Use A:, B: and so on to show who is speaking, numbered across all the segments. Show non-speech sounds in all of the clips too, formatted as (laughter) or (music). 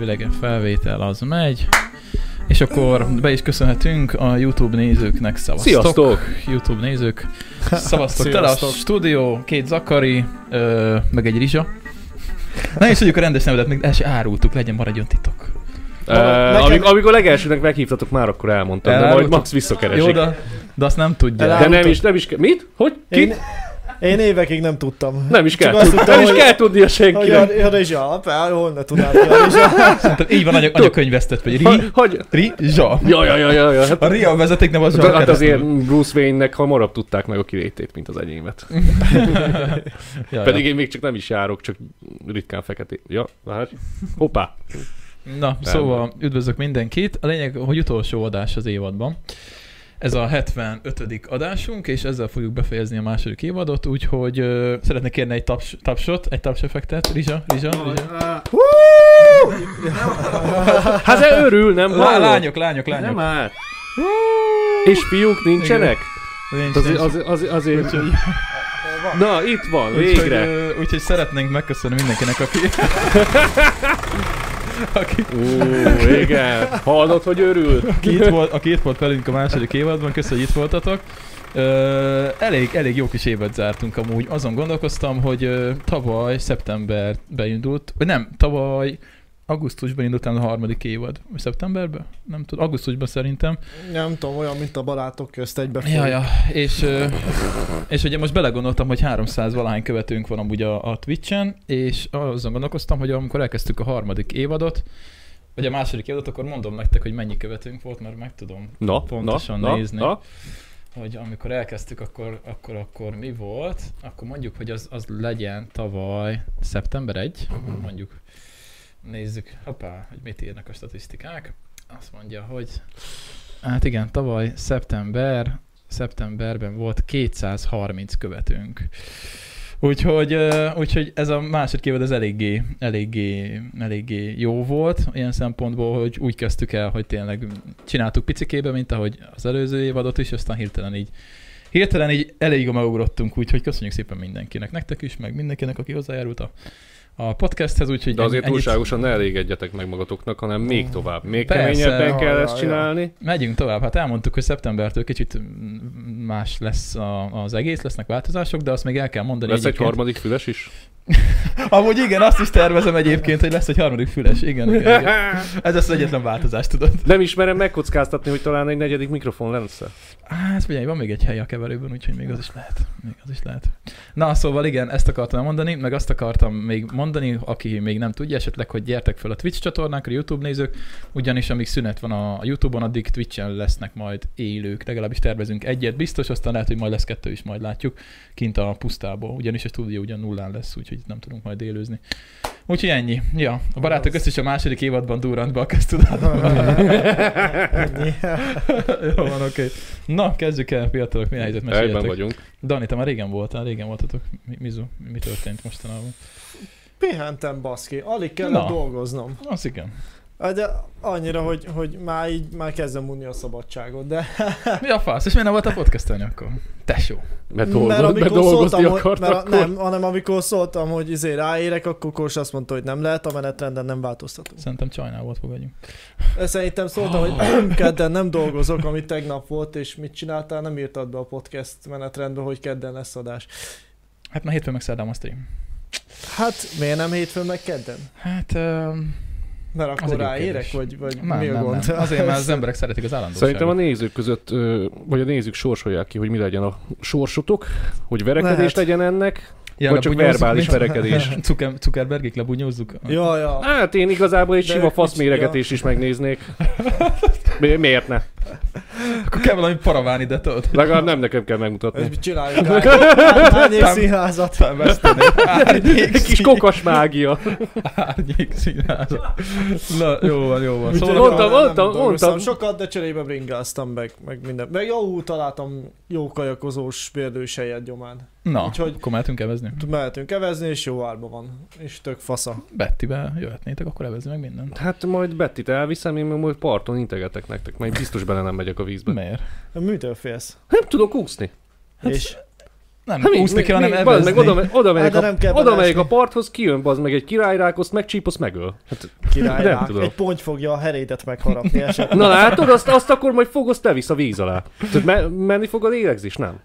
A: idegen felvétel az megy. És akkor be is köszönhetünk a YouTube nézőknek. Szavaztok.
B: Sziasztok!
A: YouTube
B: (laughs)
A: nézők. Szavaztok tele a
C: Sziasztok.
A: stúdió, két Zakari, ö, meg egy Rizsa. Na és tudjuk a rendes nevedet, még el se árultuk, legyen maradjon titok.
B: Ö,
C: Nekem-
B: amikor, amikor legelsőnek meghívtatok, már akkor elmondtam, de majd
A: Elárultuk.
B: Max visszakeresik.
A: Jó, de, de azt nem tudja.
B: De nem is, nem is kell. Mit? Hogy? Ki?
C: Én, én évekig nem tudtam.
B: Nem is kell.
C: Csak azt
B: Tudni.
C: tudtam,
B: Nem is
C: hogy-
B: kell tudnia
C: Hogy a,
B: senkinek.
C: a Rizsa, fel, hol ne tudnám, hogy a Rizsa.
A: Szerintem így van anya, anyakönyvesztett, hogy
B: Hogy?
A: ri,
B: hogy-
A: ri, zsa.
B: Ja, ja, ja, ja, ja. Hát,
A: A ri a vezeték nem az zsa.
B: hát
A: keresztül. (laughs)
B: azért Bruce Wayne-nek hamarabb tudták meg a kilétét, mint az enyémet.
A: ja,
B: Pedig
A: Pedig...
B: én még csak nem is járok, csak ritkán feketé. Ja, hát. Hoppá.
A: ja. Na, szóval üdvözlök mindenkit. A lényeg, hogy utolsó adás az évadban. Ez a 75. adásunk, és ezzel fogjuk befejezni a második évadot, úgyhogy ö, szeretnék kérni egy taps, tapsot, egy taps effektet. Rizsa, Rizsa, Rizsa.
B: Hát de örül, nem?
A: Lá,
B: hallod?
A: lányok, lányok,
B: Nem
A: lányok.
B: már. És fiúk nincsenek? Hát
A: Nincs,
B: Azért,
A: nincs.
B: azért, azért, azért.
A: Úgyhogy-
B: Na, itt van,
A: Úgyhogy,
B: végre.
A: ö, úgyhogy szeretnénk megköszönni mindenkinek, aki... aki
B: Ó, igen. Hallod, hogy örül?
A: aki itt volt, aki itt volt velünk a második évadban, köszönjük, hogy itt voltatok. Ö, elég, elég jó kis évet zártunk amúgy. Azon gondolkoztam, hogy ö, tavaly szeptemberben indult, vagy nem, tavaly augusztusban indult el a harmadik évad. Vagy Szeptemberben? Nem tudom, augusztusban szerintem.
C: Nem tudom, olyan, mint a barátok közt egybe
A: Ja, ja. És, ö, és ugye most belegondoltam, hogy 300 valahány követőnk van amúgy a, a Twitch-en, és azon gondolkoztam, hogy amikor elkezdtük a harmadik évadot, vagy a második évadot, akkor mondom nektek, hogy mennyi követőnk volt, mert meg tudom
B: Na,
A: Pontosan
B: na,
A: nézni.
B: Na, na.
A: hogy amikor elkezdtük, akkor, akkor, akkor mi volt, akkor mondjuk, hogy az, az legyen tavaly szeptember 1, mondjuk nézzük, hoppá, hogy mit írnak a statisztikák. Azt mondja, hogy hát igen, tavaly szeptember, szeptemberben volt 230 követőnk. Úgyhogy, ö, úgyhogy ez a második évad, ez eléggé, eléggé, eléggé jó volt, ilyen szempontból, hogy úgy kezdtük el, hogy tényleg csináltuk picikébe, mint ahogy az előző évadot is, aztán hirtelen így Hirtelen így elég megugrottunk, úgyhogy köszönjük szépen mindenkinek, nektek is, meg mindenkinek, aki hozzájárult a, a podcasthez, úgyhogy
B: De azért
A: ennyi- ennyit-
B: túlságosan ne elégedjetek meg magatoknak, hanem még tovább, még
A: Persze.
B: keményebben kell
C: Ja,
B: ezt
C: ja,
B: csinálni.
A: Megyünk tovább, hát elmondtuk, hogy szeptembertől kicsit mm, más lesz a, az egész, lesznek változások, de azt még el kell mondani.
B: Lesz egy
A: egyébként.
B: harmadik füles is?
A: Amúgy igen, azt is tervezem egyébként, hogy lesz egy harmadik füles, igen, igen,
B: (laughs)
A: igen. Ez lesz az egyetlen változás, tudod.
B: Nem ismerem megkockáztatni, hogy talán egy negyedik mikrofon lesz
A: Hát figyelj, van még egy hely a keverőben, úgyhogy még az is lehet. Még az is lehet. Na, szóval igen, ezt akartam mondani, meg azt akartam még mondani, aki még nem tudja esetleg, hogy gyertek fel a Twitch csatornákra, YouTube nézők, ugyanis amíg szünet van a YouTube-on, addig Twitch-en lesznek majd élők, legalábbis tervezünk egyet biztos, aztán lehet, hogy majd lesz kettő is, majd látjuk, kint a pusztából, ugyanis a stúdió ugyan nullán lesz, úgyhogy nem tudunk majd élőzni. Úgyhogy ennyi. Ja, a barátok
C: Az.
A: összes a második évadban durrant be a köztudatba. Jó van, oké. Na, kezdjük el, fiatalok, mi a helyzet,
B: Egyben
A: meséljetek.
B: vagyunk.
A: Dani, te már régen voltál, régen voltatok. Mi, Mizu, mi történt mostanában?
C: Pihentem, baszki. Alig kellett
A: Na.
C: dolgoznom.
A: Az igen.
C: Hát De annyira, hogy, hogy már így már kezdem unni a szabadságot, de...
A: Mi a fasz? És miért nem voltál podcastelni akkor? Tesó.
B: Mert, dolgoz, mert dolgozni
C: szóltam,
B: akart
C: mert,
B: mert,
C: a-
B: akkor.
C: Nem, hanem amikor szóltam, hogy izé ráérek, akkor Kors azt mondta, hogy nem lehet, a menetrenden nem változtatunk.
A: Szerintem csajnál volt, fogadjunk.
C: Szerintem szóltam,
A: Ah.
C: hogy kedden nem dolgozok, ami tegnap volt, és mit csináltál, nem írtad be a podcast menetrendbe, hogy kedden lesz adás.
A: Hát már hétfőn meg szerdán a stream.
C: Hát miért nem hétfőn meg kedden?
A: Hát, uh,
C: Mert
A: Az egy
C: akkor
A: jó
C: ráérek,
A: kérdés.
C: vagy, vagy
A: nem,
C: mi a
A: nem,
C: gond?
A: nem. Azért,
C: (laughs)
A: mert az emberek szeretik az állandóságot.
B: Szerintem a nézők között, ö, vagy a nézők sorsolják ki, hogy mi legyen a sorsotok, hogy verekedés
C: Lehet.
B: legyen ennek.
A: Ja,
B: vagy csak
A: lebúnyózzuk,
B: verbális
A: mint- (laughs)
B: verekedés.
A: Zucker, Zuckerbergig lebúnyózzuk.
C: Ja, ja.
B: Hát én igazából egy
C: De
B: sima
C: ők
B: faszméregetés is
C: (laughs)
B: megnéznék. Mi- Miért ne?
A: Akkor kell valami paraván ide, tudod?
B: Legalább nem nekem kell
A: (laughs)
B: megmutatni.
C: Ezt mit csináljuk? Hány- Hány év színházat?
A: Szóval Felveszteni. Árnyék
B: Egy kis
A: szín-
B: kokas mágia.
A: Árnyék színházat. Na, jó van, jó van. Szóval
B: Úgyhogy mondtam,
C: Nem
B: mondtam,
C: dolgoztam
B: mondtam.
C: Sokat, de cserébe bringáztam meg, meg minden. Meg jó találtam jó kajakozós bérdős helyet gyomán.
A: Na,
C: Úgyhogy-
A: akkor mehetünk evezni?
C: Mehetünk evezni, és jó árba van. És tök fasza.
A: Bettibe jöhetnétek, akkor evezni meg mindent.
B: Hát majd Bettit elviszem, én majd parton integetek nektek, majd biztos bele nem megyek a vízbe.
A: Miért?
C: Mitől félsz?
A: Hát
B: Nem tudok úszni.
C: és
A: Nem
B: Hát mi-
A: úszni
B: mi-
A: kell, hanem
B: mi- bazd
A: evezni. Hát,
B: meg, oda, me- oda megyek,
C: de
B: a,
C: nem kell
B: oda megyek
C: belásni.
B: a parthoz, kijön bazd meg egy királyrák, azt megcsíp, azt megöl. Hát,
C: királyrák.
B: Nem tudom.
C: Egy ponty fogja a herédet
A: (laughs)
C: megharapni esetleg.
B: na látod, azt, azt akkor majd fogsz, te visz a víz alá. Tehát me- menni fog a lélegzés, nem?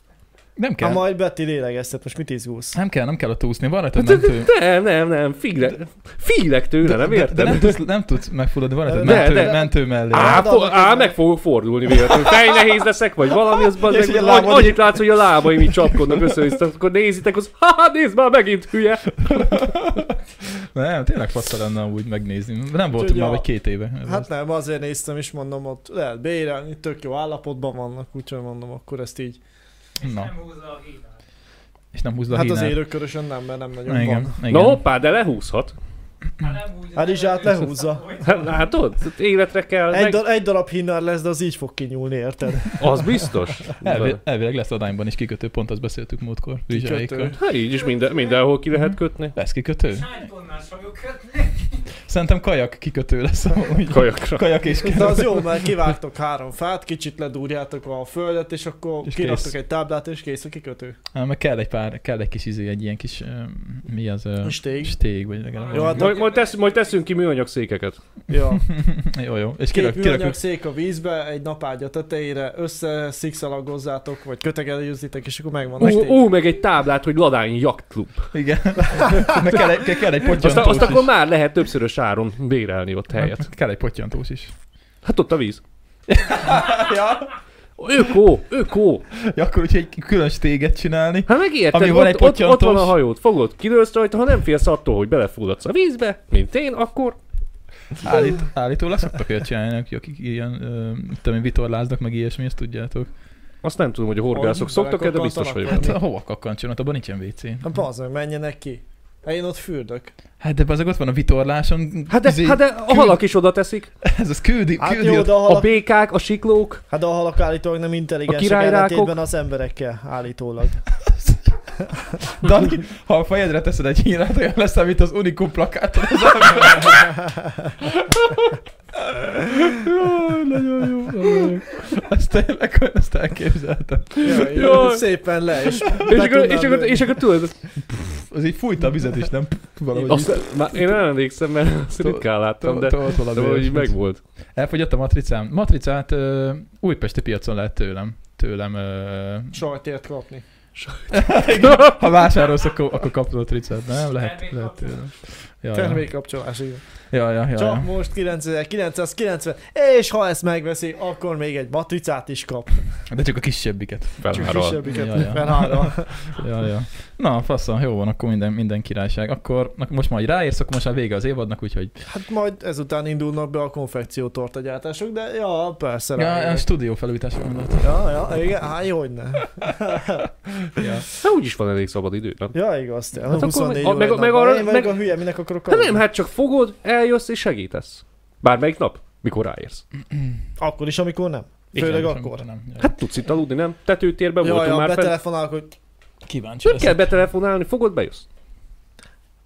A: Nem
C: Ha
A: kell.
C: majd Betty lélegeztet, most mit izgulsz?
A: Nem kell, nem kell ott úszni, van rajta
B: Hát,
A: mentő.
B: (laughs) nem, nem, nem, fígle, fílek tőle, nem
A: de, de
B: érted?
A: nem, tudsz, nem tudsz megfulladni, van rajta
C: De,
A: mentő,
B: de-
A: mentő mellé.
B: Á,
C: Odaadnak
B: fo- á,
C: egy-
B: meg fogok fordulni véletlenül. Fej nehéz leszek, vagy valami, az
C: És
B: bazd
C: így a
B: meg.
C: lábad
B: agy-
C: így-
B: Annyit látsz, hogy a lábaim így csapkodnak össze, akkor nézitek, az (laughs) ha, ha nézd már, megint hülye.
A: Nem, tényleg fatta lenne úgy megnézni. Nem voltunk
C: Tudja,
A: már vagy két éve. Ez
C: Hát
A: az.
C: nem, azért néztem is, mondom, ott lehet bérelni, tök jó állapotban vannak, úgyhogy mondom, akkor ezt így.
A: Na,
D: Nem húzza a hídát.
A: és nem húzza a
C: Hát az
A: hínát.
C: élőkörösön nem, mert nem nagyon
A: Igen,
C: van.
A: igen.
B: Na hoppá, de lehúzhat.
D: Ha nem húzza,
C: Arizsát
D: nem
C: Hát lehúzza.
D: húzza.
B: Hát (laughs) Látod? Tehát Életre kell.
C: Egy,
B: Meg...
C: dar- egy darab hinnár lesz, de az így fog kinyúlni,
A: (laughs)
C: érted?
B: Az biztos.
A: Elvi- elvileg lesz adányban is kikötő, pont azt beszéltük múltkor. Rizsaikkal.
B: Hát így is minden, mindenhol ki lehet kötni.
A: Lesz kikötő?
D: Hány tonnás fogjuk kötni?
A: Szerintem kajak kikötő lesz (laughs) amúgy.
B: Kajakra.
A: Kajak és
C: De
A: kikötő.
C: az jó, mert kivágtok három fát, kicsit ledúrjátok a földet, és akkor
A: És
C: kiraktok
A: kész.
C: egy táblát, és kész a kikötő.
A: Hát, mert kell egy pár, kell egy kis izé, egy ilyen kis, ö, mi az? ö,
C: Stég.
A: Stég, vagy legalább.
D: Jó,
A: valami.
C: hát-
B: Majd, majd, tesz, majd teszünk ki műanyag székeket.
C: Ja.
A: (laughs) jó, jó. És
C: Két
A: kirak,
C: műanyag
A: kirakjuk.
C: szék a vízbe, egy napágya tetejére, össze szikszalagozzátok, vagy kötegelőzzitek, és akkor megvan a
B: Ú,
C: stég.
B: ú, meg egy táblát, hogy Ladány Jaktklub.
A: Igen. (laughs) Meg kell egy, kell egy pottyantós
B: Azt, azt
A: is. Hát,
B: akkor már lehet többszörös áron bérelni ott helyet.
A: Kell egy pottyantós is.
B: Hát ott a víz.
C: Ja,
B: Ökó, ökó.
A: Ja, akkor úgy egy külön stéget csinálni.
B: Hát megérted,
A: Ami
B: ott,
A: van egy
B: ott, ott,
A: potyantós.
B: van a hajót, fogod, kilősz rajta, ha nem félsz attól, hogy belefulladsz a vízbe, mint én, akkor
A: Állít, állítólag szoktak olyat csinálni, akik- akik ilyen, ö, mit tudom én, vitorláznak, meg ilyesmi, ezt tudjátok.
B: azt nem tudom, hogy a horgászok
C: Hogy
B: szoktak, de
C: belekoppantanak
B: biztos vagyok.
A: Hát
B: benne.
A: a hova kakkancson, ott abban nincsen WC.
C: hát bazd meg, menjenek ki. Én ott fürdök.
A: Hát de azok ott van a vitorláson.
B: Hát de,
A: izé,
B: hát de a halak is oda teszik,
A: Ez az küldi,
C: Hát
A: küldi
C: jó,
A: ott.
C: de a
B: a
C: halak,
B: békák, a siklók.
C: hát de a halak állítólag nem
B: A
C: intelligensek
B: királyrákok?
C: ellentétben az emberekkel állítólag.
A: Dani, ha a fejedre teszed egy hírát, olyan lesz, mint az Unikum plakátod. Az Jaj, nagyon jó. nagyon jó. Ezt tényleg, ezt elképzeltem.
C: Jaj,
B: Jaj.
C: Szépen le, és
B: És akkor, és, akkor, és akkor tudod,
A: Az így fújta a vizet is, nem? Valahogy így-
B: azt, már én nem emlékszem, mert azt ritkán láttam, de,
A: Tolt- tolt valami
B: de valahogy
A: olyasmit.
B: megvolt.
A: Elfogyott a matricám. Matricát ö, újpesti piacon lehet tőlem. Tőlem. Ö,
C: Sajtért kapni.
A: ha vásárolsz, akkor, akkor kapsz matricát. Nem? Lehet, lehet tőlem. Ja, ja,
C: Termékkapcsolás, igen.
A: ja, ja, ja,
C: Csak
A: ja.
C: most 9990, és ha ezt megveszi, akkor még egy matricát is kap.
A: De csak a kisebbiket.
C: Csak
B: Felváról.
C: kisebbiket,
A: Jaj, jaj.
C: mert három.
A: Ja, ja. Na, faszom, jó van, akkor minden, minden királyság. Akkor na, most majd ráérsz, akkor most már vége az évadnak, úgyhogy...
C: Hát majd ezután indulnak be a konfekciótortagyártások, de ja, persze.
A: Ja,
C: rájövök.
A: a stúdió felújításra gondolt.
C: ja, ja, igen, hát jó, hogy ne. (laughs)
A: Ja.
B: Hát úgyis van elég szabad idő, nem?
C: Ja, igaz, te.
B: Hát akkor
C: 24
B: meg-
C: óra
B: meg-
C: egy
B: meg
C: nap.
B: arra-
C: Én vagyok
B: meg-
C: a hülye, minek akarok
B: Hát nem,
C: aludni?
B: hát csak fogod, eljössz és segítesz. Bármelyik nap, mikor ráérsz.
C: Akkor is, amikor nem.
A: Igen,
C: Főleg
A: sem-
C: akkor.
A: Nem, ja.
B: Hát tudsz itt aludni, nem? Tetőtérben
C: Jaj,
B: voltunk
C: ja,
B: már fent.
C: betelefonálok, hogy
A: kíváncsi
B: Nem kell
A: leszek.
B: betelefonálni, fogod, bejössz.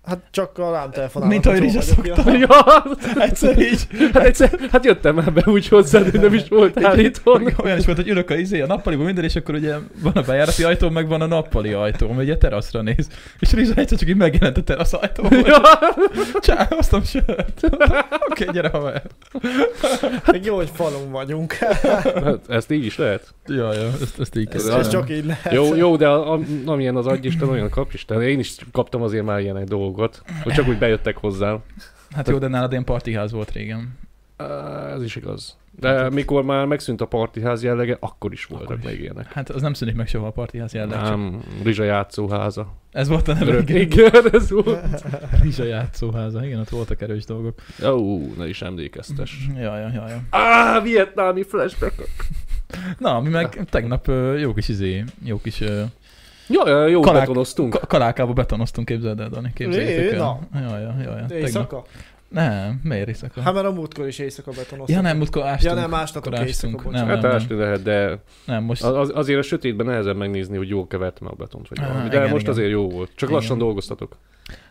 C: hát csak a rám telefonálnak.
A: Mint ahogy
C: hogy hol
A: Rizsa
C: vagyok, ja.
B: Ja,
A: (laughs) Egyszer
C: (laughs)
A: így.
B: hát egyszer, hát jöttem már be úgy hozzád, hogy nem is volt állítón.
A: Olyan is volt, hogy ülök a izé, a nappaliban minden, és akkor ugye van a bejárati ajtó, meg van a nappali ajtó, ami ugye teraszra néz. És Rizsa egyszer csak így megjelent a terasz ajtó.
C: (laughs)
B: Ja,
A: Csá, hoztam sört. (laughs) Oké, gyere haver.
C: Meg jó, hogy falun
B: (laughs)
C: vagyunk.
B: hát, ezt így is lehet.
A: Ja, ja, ezt, ezt így
C: Ez,
A: kell.
C: ez
B: Köszönöm.
C: csak így lehet.
B: Jó, jó, de a, a, amilyen az agyisten, olyan kapisten. Én is kaptam azért már ilyen egy dolgot, hogy csak úgy bejöttek hozzám.
A: Hát jó, de nálad ilyen partiház volt régen.
B: Á, Ez is igaz. De mikor már megszűnt a partiház jellege, akkor is voltak
A: Hát Akkor is.
B: még ilyenek.
A: Hát az nem szűnik meg soha a partiház jelleg. csak-
B: Nem, Rizsa játszóháza.
A: Ez volt a neve.
B: Örök.
A: igen.
B: Igen, ez volt.
A: (laughs) Rizsa játszóháza, igen, ott voltak erős dolgok.
B: Ó, ne is emlékeztes.
A: Ja, ja, ja, ja.
B: Á, vietnámi flashback.
A: Na, mi meg tegnap ö, jó kis izé, jó kis ö,
B: Ja, ja, jó,
A: Kalák-
B: betonoztunk.
A: ka- kalákába betonoztunk, képzeld el, Dani, képzeljétek
C: Lé,
A: el. Ja, ja, ja, ja. Tegnap.
C: Éjszaka?
A: Nem, miért éjszaka?
C: Hát mert a múltkor is éjszaka betonoztam.
A: Ja nem, múltkor ástunk.
C: Ja, nem, ástatok
A: Akkor
C: éjszaka,
A: ástunk. Nem,
C: bocsánat.
A: nem,
B: Hát
A: nem,
B: ásni lehet, de
A: nem, most
B: az, azért a sötétben nehezen megnézni, hogy jól kevertem a betont, vagy
A: Ah,
B: valami. De
A: igen,
B: most
A: igen.
B: azért jó volt. Csak
A: Igen.
B: lassan dolgoztatok.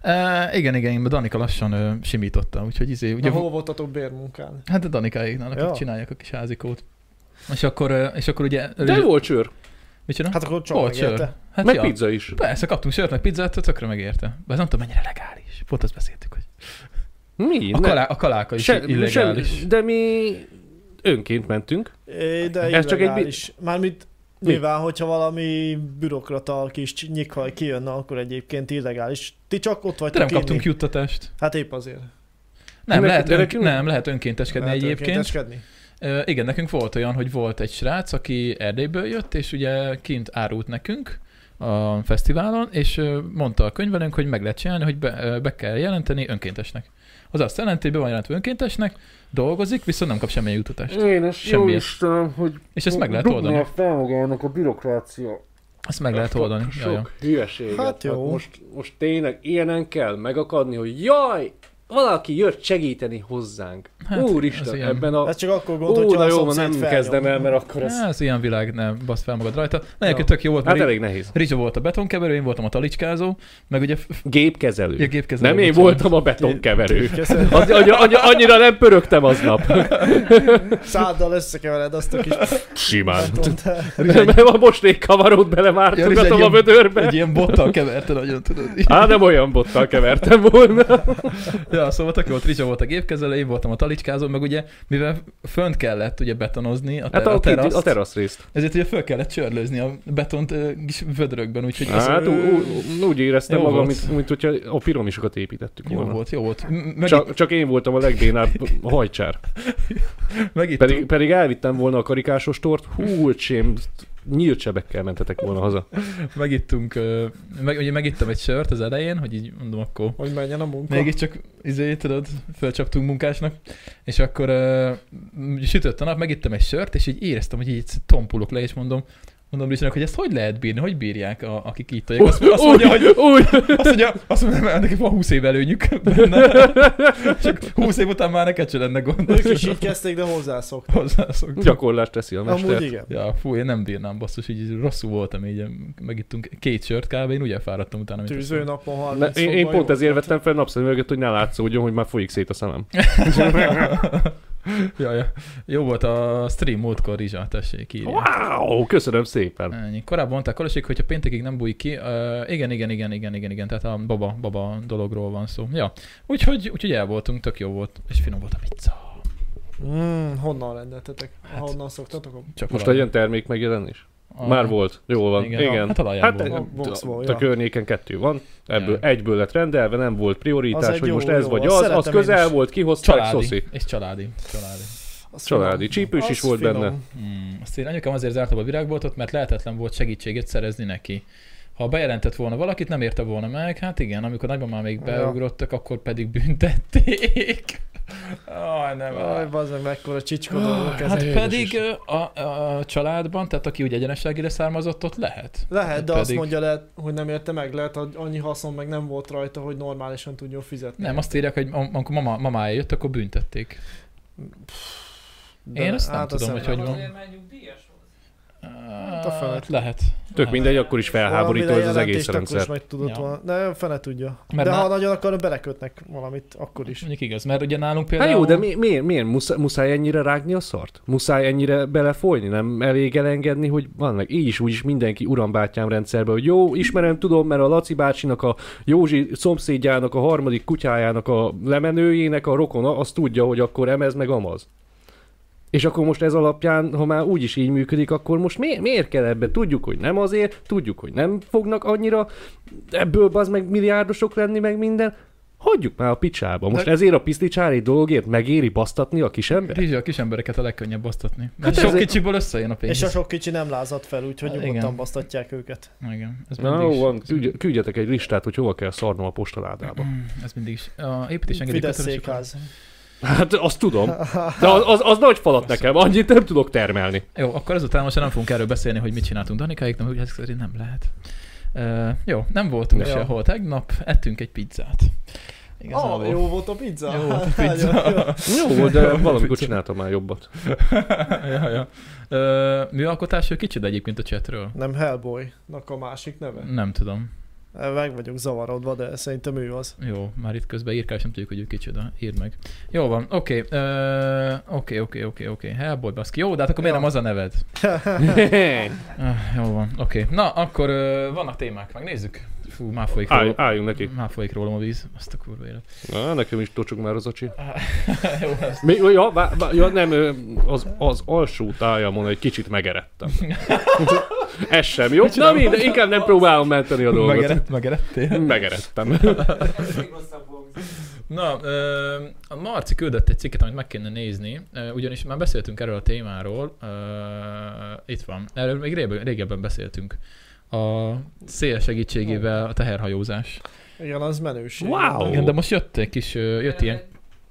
A: Uh, igen, igen, én Danika lassan uh, simította, úgyhogy izé, ugye,
C: Na, hol voltatok bérmunkán?
A: hát a Danikáiknál, akik
C: Ja.
A: csinálják a kis házikót. És akkor, uh, és akkor ugye,
B: De
A: Rizsa,
B: volt sör.
A: Micsoda?
C: Hát akkor csak
A: Volt sör.
C: megérte.
A: hát
B: Meg pizza is.
A: Persze, kaptunk sört, meg pizzát, tökre megérte. De ez nem tudom, mennyire legális. Pont azt beszéltük, hogy
B: Mi?
A: a,
B: Ne-
A: kalá, a kaláka is
B: Se-
A: illegális.
B: sem- de mi önként mentünk.
C: É, De
B: Ez csak egy
C: illegális. Mármint
B: Mi?
C: nyilván, hogyha valami bürokrata kis nyikhaj kijönne, akkor egyébként illegális. Ti csak ott
A: De
C: vagytok
A: nem
C: inni.
A: kaptunk juttatást.
C: Hát épp azért.
A: Nem,
B: De
A: lehet,
B: nekünk- de
A: önk,
B: nekünk-
A: nem, lehet önkénteskedni
C: Lehet
A: egyébként.
C: önkénteskedni.
A: Ö, igen, nekünk volt olyan, hogy volt egy srác, aki Erdélyből jött, és ugye kint árult nekünk a fesztiválon, és ö, mondta a könyvelőnk, hogy meg lehet csinálni, hogy be, ö, be kell jelenteni önkéntesnek. Az azt jelenti, hogy be van jelentve önkéntesnek, dolgozik, viszont nem kap semmilyen juttatást.
B: Édes,
A: jó Semmi.
B: Istenem, hogy
A: És ezt meg lehet oldani.
B: fel magának a bürokrácia.
A: Ezt meg lehet oldani. Jaj, jaj.
B: Sok hülyeséget.
C: Hát jó.
B: most, most tényleg ilyenen kell megakadni, hogy jaj, valaki jött segíteni hozzánk.
A: Hát,
B: Hát,
A: az
B: Úristen,
A: ilyen.
B: ebben a...
C: Ez Hát csak akkor gond,
B: Ó,
C: hogyha
B: na
C: a
B: jó,
C: szomszéd
B: nem
C: felnyom.
B: kezdem el, mert akkor ez...
A: Ez... az ilyen világ, nem basz fel magad rajta. Na, egyébként
C: Ja.
A: tök jó volt,
B: Hát
A: mert
B: elég nehéz.
A: Rizsa volt a betonkeverő, én voltam a talicskázó, meg ugye
B: Gépkezelő.
A: Ja, gépkezelő,
B: nem én
A: bocsánat.
B: voltam a betonkeverő.
C: Köszönöm.
B: Az, annyi, annyi, annyira nem pörögtem aznap.
C: Száddal összekevered
B: (laughs)
C: azt a kis
B: Simán.
C: betont.
B: Mert a moslék kavarót bele már
A: Hát Ja, és egy
B: tudatom a
A: ilyen-
B: vödörbe.
A: egy ilyen bottal keverte, nagyon
B: (laughs)
A: tudod. így.
B: Á, nem olyan bottal kevertem volna.
A: Ja, szóval tök jó, volt, Rizsa volt a gépkezelő, én voltam a talicskázó, meg ugye, mivel fönt kellett ugye betonozni a, ter-
B: Hát
A: a,
B: a, kint-
A: teraszt,
B: a terasz részt.
A: ezért ugye föl kellett csörlőzni a betont ö, kis vödrökben, úgyhogy az
B: Hát ú- ú- úgy éreztem
A: Jó
B: magam,
A: volt.
B: mint, mint hogyha a piramisokat építettük
A: jó
B: volna.
A: volt, jó volt. M- Meg,
B: Csak, csak én voltam a legbénább hajcsár.
A: meg itt,
B: Pedig, pedig elvittem volna a karikásos tort, hú, öcsém, nyílt sebekkel mentetek volna haza.
A: megittunk, ö, meg, ugye megittem egy sört az elején, hogy így mondom, akkor
C: Hogy menjen a munka.
A: Mégiscsak, izé, tudod, fölcsaptunk munkásnak, és akkor uh, sütött a nap, megittem egy sört, és így éreztem, hogy így tompulok le, és mondom, mondom Rizsának, hogy ezt hogy lehet bírni, hogy bírják, a, akik itt tolják. Azt, azt mondja, hogy
B: úgy,
A: azt mondja, azt mondja, mert nekik van 20 év előnyük
C: (laughs)
A: benne. Csak 20 év után már neked se lenne gond.
C: Ők is így kezdték, de hozzászok.
A: Hozzászoktunk.
B: gyakorlást teszi a
C: Amúgy
B: mester.
C: igen.
A: Ja, fú, én nem bírnám, basszus, így rosszul voltam, így megittunk két sört kb. Én ugye fáradtam utána. mint a
C: Tűző
A: szar.
C: napon
B: Ne,
C: 30
B: én, én
C: fokban
B: pont
C: jó.
B: ezért vettem fel napszemüveget, hogy ne látszódjon, hogy már folyik szét a szemem.
A: ja, ja. Jó volt a stream múltkor, Rizsa, tessék, írja.
B: Wow, köszönöm szépen.
A: Ennyi. Korábban mondták, Kolosik, hogyha péntekig nem bújik ki, uh, igen, igen, igen, igen, igen, igen, tehát a baba, baba dologról van szó. Ja, úgyhogy, úgyhogy el voltunk, tök jó volt, és finom volt a pizza.
C: Mm, honnan rendeltetek?
A: Hát.
C: Honnan szoktatok?
A: Csak
B: Most
A: valami.
B: legyen termék megjelenés?
A: A-
B: Már volt, jól van. Igen.
A: Hát alajánló
B: Hát
A: volt.
C: Ah. A
B: a,
C: boxból,
B: a
C: ja.
B: környéken kettő van, ebből
A: Ja.
B: egyből lett rendelve, nem volt prioritás,
C: Az egy
B: hogy
C: jó,
B: most ez
C: jó,
B: vagy
C: azt
B: az, az
C: szeretem én
B: közel
C: is.
B: volt, kihozták
A: Családi.
B: szoszi.
A: És családi. Családi.
C: Az
B: Családi
C: finom.
B: csípős
C: Az
B: is volt
C: finom.
B: benne.
A: Hmm. Azt én anyukám azért zárta be a virágboltot, mert lehetetlen volt segítséget szerezni neki. Ha bejelentett volna valakit, nem érte volna meg. Hát igen, amikor nagymamám még
C: Ja.
A: beugrottak, akkor pedig büntették. Aj, nem.
C: Aj, bazen, mekkora csicskodó vagyok ez.
A: Hát
B: Jézus
A: pedig ö, a, a, a családban, tehát aki úgy egyenességére származott, ott lehet.
C: Lehet, de azt
A: pedig-
C: mondja lehet, hogy nem érte meg, lehet, hogy annyi haszon meg nem volt rajta, hogy normálisan tudjon fizetni.
A: Nem, azt írják, hogy am- amikor mama, mamája jött, akkor büntették.
C: De hát
A: én azt nem tudom,
C: hiszem-
A: hogy hogy van.
D: Azért már nyugdíjas volt.
A: Hát
C: a fenet.
A: Lehet.
B: Tök mindegy, akkor is felháborító
C: Valamire
B: ez az egész
C: jelentést akkor is
B: rendszer.
C: meg tudott
A: Ja.
C: volna. De fene tudja.
A: Mert
C: de
A: na-
C: ha nagyon akar, belekötnek valamit, akkor is.
A: Mondjuk igaz, mert ugye nálunk
B: Hát
A: például...
B: jó, de mi, miért, miért muszáj, muszáj ennyire rágni a szart? Muszáj ennyire belefolyni? Nem elég elengedni, hogy van meg így is úgy is mindenki urambátyám rendszerben, hogy jó, ismerem, tudom, mert a Laci bácsinak, a Józsi szomszédjának, a harmadik kutyájának, a lemenőjének, a rokona, azt tudja, hogy akkor emez meg amaz. És akkor most ez alapján, ha már úgy is így működik, akkor most miért, miért kell ebbe? Tudjuk, hogy nem azért, tudjuk, hogy nem fognak annyira, ebből az meg milliárdosok lenni, meg minden. Hagyjuk már a picsába. Most ezért a piszticsári dologért megéri basztatni a kisembert?
A: Rizsi, a kis embereket a legkönnyebb osztatni. Mert
B: Hát
A: hát sok
B: ezért-
A: kicsiből összejön a pénz.
C: És a sok kicsi nem lázad fel, úgyhogy
A: Hát
C: nyugodtan
A: igen.
C: basztatják őket.
A: Igen, ez
B: Na,
A: mindig
B: jó,
A: is,
B: van,
A: ez,
B: küldj- küldjetek egy listát, hogy hova kell szarnom a
A: (laughs)
B: postaládába.
A: Mm, ez mindig is. A építés engedély
C: Fidesz
A: kötelesek-
C: székház.
B: Hát azt
A: (laughs)
B: tudom, de az, az, az nagy falat nekem, annyit nem tudok termelni.
A: Jó, akkor ezután most nem fogunk erről beszélni, hogy mit csináltunk Danikáiknak, úgy ezek szerint nem lehet. Uh, jó, nem voltunk
C: Jó.
A: sehol tegnap, ettünk egy pizzát.
C: Ah, jó volt a pizza. (laughs)
A: Jó volt a pizza.
B: Jó, de valamikor csináltam már jobbat.
A: (laughs) ja, ja. Ö, műalkotás, ő kicsit egyébként a chatről. Mm.
C: Nem Hellboy-nak a másik neve.
A: Nem tudom.
C: Meg vagyok zavarodva, de szerintem ő az.
A: Jó, már itt közben írkál, és nem tudjuk, hogy ő kicsoda. Írd meg. Jó van, oké. ö, Oké, oké, oké, oké. Hellboy, baszki. Jó, de hát akkor miért
C: Jó.
A: nem az a neved? Ah, Jó van, oké. Na, akkor ö, vannak témák, megnézzük. Fú, már folyik
B: Állj,
A: róla.
B: álljunk neki.
A: Már folyik rólam a víz. Azt a kurva élet.
B: Na, nekem is tocsuk már az acsi.
A: (laughs) Jó, azt.
B: Mi, ja, bá, bá, ja, nem, ö, az, az alsó tájamon egy kicsit megeredtem. Ez sem jó. Na minden, inkább nem próbálom menteni a dolgot.
A: megeredtél?
B: Megeredtem.
D: Ez még rosszabb volt.
A: Na, ö, a Marci küldött egy cikket, amit meg kéne nézni, ö, ugyanis már beszéltünk erről a témáról. Ö, itt van. Erről még régebben, régebben beszéltünk. A szél segítségével a teherhajózás.
C: Igen, az menőség.
B: Wow!
A: Igen, de most jött egy kis, ö, jött ilyen...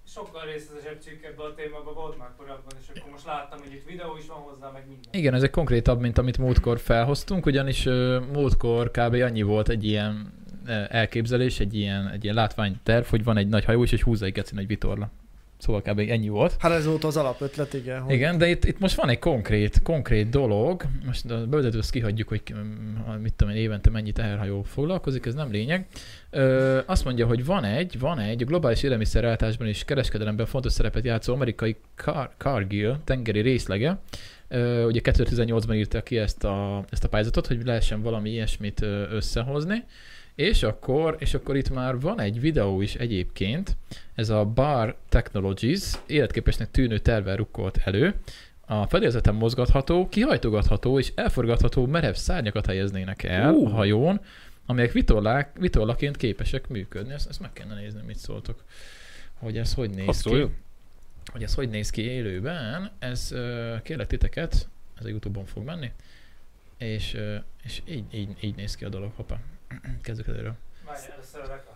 D: Sokkal részletesebb cikk ebbe a témába volt már korábban, és akkor most láttam, hogy itt videó is van hozzá, meg minden.
A: Igen, ez egy konkrétabb, mint amit múltkor felhoztunk, ugyanis ö, múltkor kb. annyi volt egy ilyen ö, elképzelés, egy ilyen, egy ilyen látványterv, hogy van egy nagy hajó és egy húzza egy geci nagy vitorla. Szóval kb. ennyi volt.
C: Hát ez volt az alapötlet, igen. Hogy...
A: Igen, de itt, itt most van egy konkrét, konkrét dolog, most a bevezetőt azt kihagyjuk, hogy ki- m- ha- mit tudom én, évente mennyi teherhajó foglalkozik, ez nem lényeg. Ö, azt mondja, hogy van egy, van egy, a globális élelmiszerellátásban és kereskedelemben fontos szerepet játszó amerikai Car- Cargill tengeri részlege. Ö, ugye 2018-ban írta ki ezt a, ezt a pályázatot, hogy lehessen valami ilyesmit ö, összehozni. És akkor, és akkor itt már van egy videó is egyébként, ez a Bar Technologies életképesnek tűnő tervel rukkolt elő. A fedélzeten mozgatható, kihajtogatható és elforgatható merev szárnyakat helyeznének el
B: Ú.
A: uh. a hajón, amelyek vitorlák, vitorlaként képesek működni. Ezt, ezt meg kellene nézni, mit szóltok. Hogy ez hogy néz
B: Azt
A: ki. Hogy ez hogy néz ki élőben, ez ö, kérlek titeket, ez a Youtube-on fog menni, és, ö, és így, így, így néz ki a dolog, hoppá. Kezdjük előről.
D: Várj, először a reklám.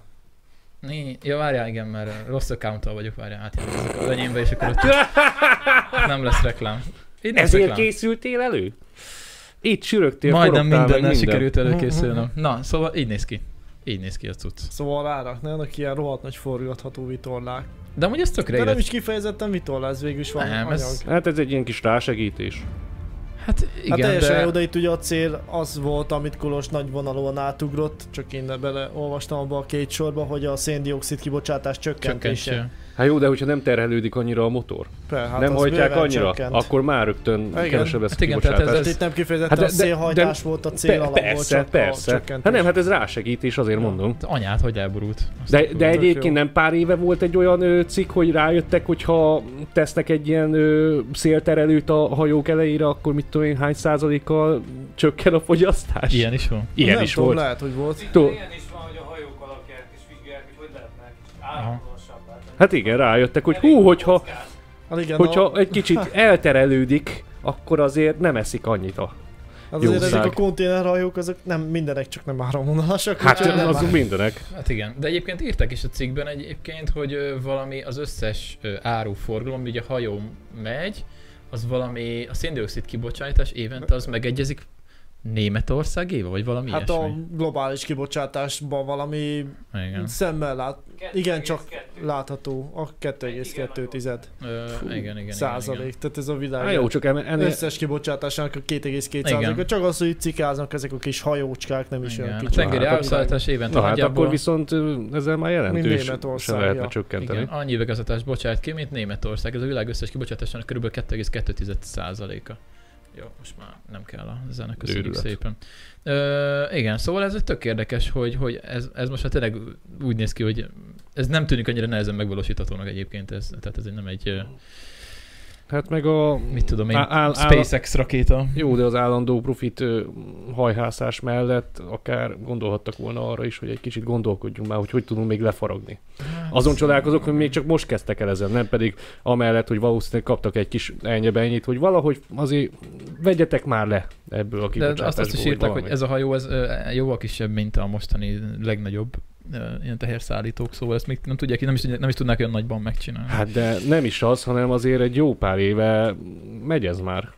A: Né, ja, várjál, igen, mert rossz account vagyok, várjál, átjelentkezek az enyémbe, és
B: (laughs)
A: akkor ott nem lesz reklám. Így nem
B: Ezért
A: reklám.
B: készültél elő? Itt sürögtél,
A: Majdnem
B: forogtál, meg
A: mindennel
B: minden. Mhm,
A: sikerült előkészülnöm. Na, szóval így néz ki. Így néz ki a cucc.
C: Szóval ráraknának ilyen rohadt nagy forgatható vitorlák.
A: De amúgy ez tökre
C: De nem
A: élet.
C: is kifejezetten vitorla, ez végül is van
A: Nem,
C: anyag.
A: ez-
B: Hát ez egy ilyen kis rásegítés.
A: Hát
C: Hát
A: igen,
C: teljesen de... jó,
A: de...
C: de itt ugye a cél az volt, amit Kolos nagy vonalon átugrott, csak én beleolvastam abba a két sorba, hogy a széndiokszid kibocsátás csökkentése.
A: Csökkentse.
B: Hát jó, de hogyha nem terhelődik annyira a motor,
C: Per, hát
B: hát nem
C: az
B: hajtják
C: bőven
B: annyira,
C: csökkent.
B: akkor már rögtön
C: Igen.
B: kevesebb lesz
A: Hát igen, tehát ez-
C: Tehát itt nem kifejezetten
B: Hát de-
C: hát a
B: de-
C: szélhajtás
B: de-
C: volt a cél alapból,
B: persze,
C: csak
B: persze.
C: a
B: Hát
C: csökkentés.
B: nem, hát ez rásegítés, azért mondom.
A: Te Anyád, hogy elborult. Azt
B: De,
A: tudom.
B: de
C: tök
B: egyébként
C: jó.
B: nem pár éve volt egy olyan ö, cikk, hogy rájöttek, hogy ha tesznek egy ilyen ö, szélterelőt a hajók elejére, akkor mit tudom én, hány százalékkal csökken a fogyasztás?
A: Ilyen is van.
B: Ilyen
C: nem
B: is
C: tudom,
B: volt.
C: lehet, hogy
D: Az
C: volt.
D: itt
B: Tó-
D: Ilyen is van, hogy a hajók alakját is figyelják, hogy hogy lehetnek állandósabbá.
B: Hát igen, rájöttek, hogy hú, hogyha,
C: Hát igen,
B: hogyha
C: a,
B: egy kicsit elterelődik, akkor azért nem eszik annyit a...
C: az azért
B: jószág.
C: ezek a konténerhajók, azok nem mindenek csak nem áramvonalasak.
B: Hát
C: úgyhogy nem
B: azok mindenek.
A: Hát igen, de egyébként írtak is a cikkben egyébként, hogy ö, valami az összes ö, áruforgalom, ami ugye a hajón megy, az valami, a széndiokszid kibocsátás évente az megegyezik Németországéval, vagy valami
C: Hát a
A: ilyesmi.
C: globális kibocsátásban valami
A: A... Igen.
C: szemmel lát, igen, csak látható a
D: Igen,
C: 2,2
A: Ö,
B: Fú,
A: igen, igen, igen, igen.
C: százalék, tehát ez a világ
B: Hát jó, csak en- ennél...
C: összes kibocsátásának a 2,2
A: Igen.
C: százaléka, csak az, hogy cikáznak ezek a kis hajócskák, nem is olyan
A: Igen. A
C: kicsi.
A: tengeri
B: Hát,
A: áruszállítás évente
B: Na hát
A: nagyjából
B: akkor viszont ö, ezzel már jelentős sem
C: Németország,
B: lehetne
C: ja.
B: csökkenteni.
A: igen, annyi üvegezhatást bocsát ki, mint Németország. Ez a világ összes kibocsátásának kb. 2,2%-a. Jó, most már nem kell a zene, köszönjük
B: Őrület.
A: szépen. Ö, igen, szóval ez egy tök érdekes, hogy, hogy ez, ez most már tényleg úgy néz ki, hogy ez nem tűnik annyira nehezen megvalósíthatónak egyébként, ez, tehát ez egy- nem egy, ö,
B: Hát meg a...
A: mit tudom én,
B: Á- áll- áll-
A: SpaceX rakéta.
B: Jó, de az állandó profit ö, hajhászás mellett akár gondolhattak volna arra is, hogy egy kicsit gondolkodjunk már, hogy hogy tudunk még lefaragni. Azon csodálkozok, hogy még csak most kezdtek el ezen, nem pedig amellett, hogy valószínűleg kaptak egy kis enyebe ennyit, hogy valahogy azért vegyetek már le ebből a
A: De azt, azt
B: kibocsátásból.
A: is írták, hogy ez a hajó ez ö, jóval kisebb, mint a mostani legnagyobb ö, ilyen teherszállítók, szóval ezt még nem tudják, nem is, nem is tudnák olyan nagyban megcsinálni.
B: Hát de nem is az, hanem azért egy jó pár éve megy ez már.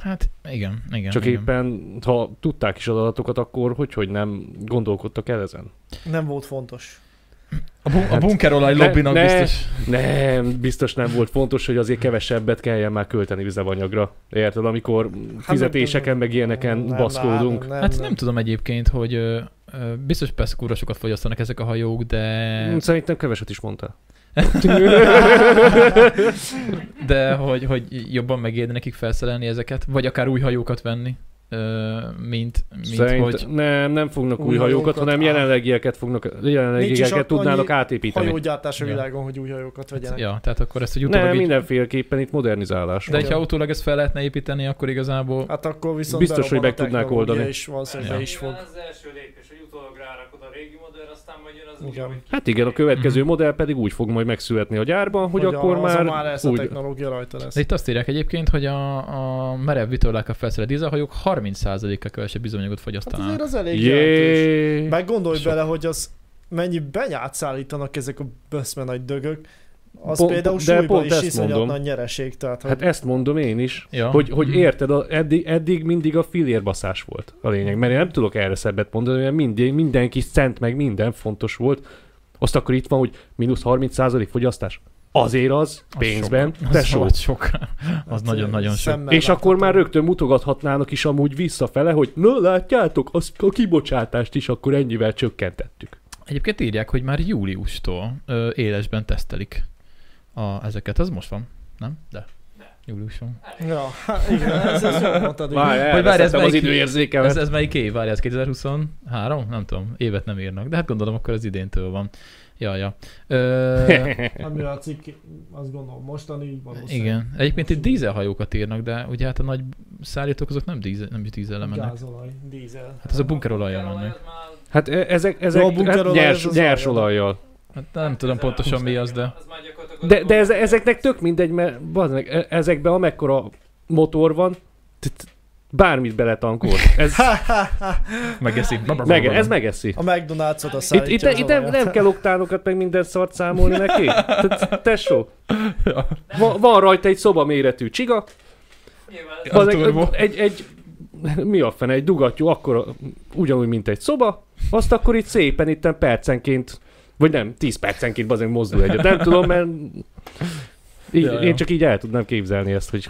A: Hát igen, igen.
B: Csak
A: igen.
B: éppen, ha tudták is az adatokat, akkor hogy, hogy nem gondolkodtak el ezen?
C: Nem volt fontos. Hát
A: A, bu- a
B: Hát-
A: bunkerolaj
B: Ne-
A: lobbynak
B: ne.
A: biztos.
B: Nem, biztos nem volt fontos, hogy azért kevesebbet kelljen már költeni üzemanyagra. Érted, amikor fizetéseken meg ilyeneken
C: Hát Nem,
B: baszkódunk.
C: nem, nem,
A: Hát nem tudom egyébként, hogy ö, ö, biztos persze kurva sokat fogyasztanak ezek a hajók,
B: (laughs)
A: de
B: Szerintem keveset is mondta.
A: de hogy, hogy jobban megérne nekik felszerelni ezeket, vagy akár új hajókat venni, ö, mint, mint
B: Szerint
A: hogy...
B: nem, nem fognak új,
C: Új
B: hajókat,
C: hajókat,
B: hanem
C: á.
B: jelenlegieket fognak,
C: Nincs is
B: jelenlegieket
C: ott
B: tudnának
C: annyi
B: átépíteni.
C: Hajógyártás a
A: Ja.
C: világon, hogy új hajókat vegyenek.
A: Hát Ja, tehát akkor ezt, hogy utólag
B: Nem,
A: így,
B: mindenféleképpen itt modernizálás.
A: De
B: van.
A: hogyha utólag ezt fel lehetne építeni, akkor igazából...
C: Hát akkor viszont
B: Biztos, hogy
C: berobban
B: meg tudnák
C: a technológia
B: oldani.
C: is valószínűleg
A: Ja.
C: be is fog.
D: Igen, az első lépés, hogy utólag rárakod a régi modell, aztán majd jön az új,
C: Igen.
D: hogy
B: Hát igen, a következő
A: Mhm.
B: modell pedig úgy fog majd megszületni a gyárban, hogy,
C: a- hát
B: akkor
C: azon
B: már,
C: már lesz a
B: úgy,
C: technológia rajta lesz.
A: De itt azt írják egyébként, hogy a, a merev vitorlákkal felszerelt dízelhajók 30%-a kevesebb bizonyagot
C: Hát azért
A: fogyasztanak.
C: az elég jelentős.
B: Jé!
C: Meg gondolj
A: Sok.
C: bele, hogy az mennyi benyát szállítanak ezek a böszme nagy dögök. Az
B: Pont-
C: például
B: de
C: súlyban
B: pont
C: is
B: ezt
C: iszonyat
B: mondom.
C: nagy nyereség. Tehát,
B: Hát
C: hogy
B: ezt mondom én is,
A: Ja.
B: hogy, hogy
A: Mhm.
B: érted, a, eddig, eddig mindig a filérbaszás volt a lényeg, mert én nem tudok erre szebbet mondani, mert mindig, mindenki szent, meg minden fontos volt. Azt akkor itt van, hogy mínusz 30% fogyasztás. Azért az,
A: Az
B: pénzben,
A: sok. (laughs) Az,
B: tesó.
A: az sok. Az nagyon-nagyon sok.
C: hát, szemmel
B: És akkor már
C: látható.
B: rögtön mutogathatnának is amúgy visszafele, hogy na látjátok, azt a kibocsátást is akkor ennyivel csökkentettük.
A: Egyébként írják, hogy már júliustól ö, élesben tesztelik a, ezeket. Az most van, nem? De. Júliuson.
C: Ja, hát igen, ez, ez jól mondtad. igen.
B: Várj, e-
A: Hogy várj, ez
B: elveszettem az
A: melyik-
B: időérzékemet.
A: Ez, ez melyik év? Várj, ez 2023? Nem tudom, évet nem írnak, de hát gondolom akkor az idéntől van. Ja, ja.
B: (laughs)
A: Ö,
C: Amivel a cikk, azt gondolom, mostani valószínűleg.
A: igen. Egyébként itt dízelhajókat írnak, de ugye hát a nagy szállítók azok nem, dízel, nem is dízelre mennek.
C: Gázolaj, dízel.
A: Hát az a bunkerolajjal mennek.
D: Az már-
B: Hát e- ezek, ezek
C: Jó, a bunkerolaj
B: hát
C: az
B: nyers,
C: az
B: nyers
C: olajjal.
B: olajjal.
A: Hát nem tudom pontosan mi az, de...
D: Az már gyakorlatilag
B: De, de
D: az-
B: ez, ezeknek tök mindegy, mert bazdmeg, e- ezekben amekkora motor van, t- t- bármit beletankol. Ez,
A: Megeszik.
B: meg, ez megeszi.
C: A McDonald's-ot a
B: Itt,
C: szállítja
B: itt,
C: az
B: itt nem,
C: olajat.
B: nem kell oktánokat meg minden szart számolni neki. Te- Tesó. Van, van rajta egy szoba méretű csiga,
D: Nyilván
B: (laughs)
D: ez-
A: Ja.
B: az egy,
A: turbo.
B: egy, egy, mi a fene, egy dugattyú, akkor ugyanúgy, mint egy szoba, azt akkor itt szépen itten percenként, vagy nem, 10 percenként bazeg mozdul egyet. Nem tudom, mert így,
A: Ja, ja.
B: én csak így el tudnám képzelni ezt, hogy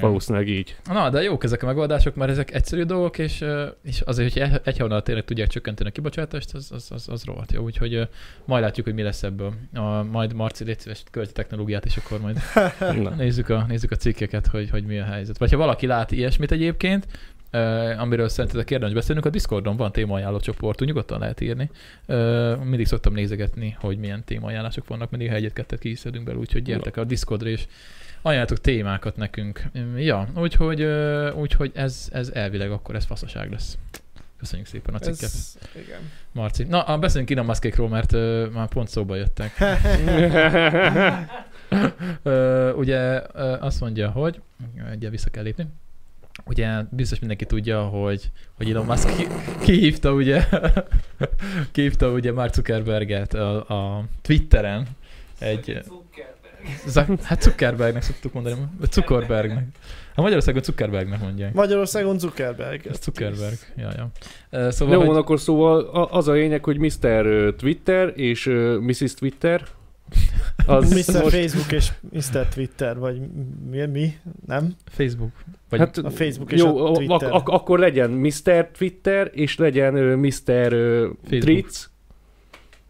B: valószínűleg így.
A: Na, de jók ezek a megoldások, mert ezek egyszerű dolgok, és, ö, és azért, hogy e- egy- egy hónap tényleg tudják csökkenteni a kibocsátást, az, az, az, az rohadt jó. Úgyhogy ö, majd látjuk, hogy mi lesz ebből. A, majd Marci, légy szíves, költj technológiát, és akkor majd (laughs)
B: Na.
A: nézzük a, nézzük a cikkeket, hogy, hogy mi a helyzet. Vagy ha valaki lát ilyesmit egyébként, ö, amiről szerintetek érdemes beszélnünk, a Discordon van témaajánló csoportunk, nyugodtan lehet írni. Ö, mindig szoktam nézegetni, hogy milyen témaajánlások vannak, mindig ha egyet-kettet kiszedünk belőle, úgyhogy gyertek a Discordra és ajánlatok témákat nekünk. Üm, Ja, úgyhogy, ö, úgyhogy ez, ez elvileg akkor ez faszaság lesz. Köszönjük szépen a cikket, ez...
C: Ez,
B: (laughs)
C: igen.
A: Marci. Na, ah, beszéljünk Elon Muskékról, mert ö, már pont szóba jöttek. Ö, ugye ö, azt mondja, hogy ugye vissza kell lépni. Ugye biztos mindenki tudja, hogy, hogy Elon Musk ki, kihívta ugye (laughs) kihívta ugye Mark Zuckerberget a, a Twitteren. Egy,
D: Zuckerberg.
A: Zuck- hát Zuckerbergnek szoktuk mondani, vagy Zuckerbergnek. A Magyarországon Zuckerbergnek mondják.
C: Magyarországon Zuckerberg.
A: Ez Zuckerberg, ja, ja. Ö, Szóval,
B: Jó, van,
A: hogy,
B: akkor szóval a- az a lényeg, hogy Mr. Twitter és ö, Mrs. Twitter
C: Az
B: az
C: Mr.
B: most,
C: Facebook és Mr. Twitter, vagy mi? mi? Nem?
A: Facebook. Vagy,
B: hát,
C: A Facebook és
B: jó,
C: a
B: ak-
C: Twitter.
B: ak- akkor legyen Mr. Twitter és legyen ö, Mr. ö,
A: Facebook.
B: Tritz,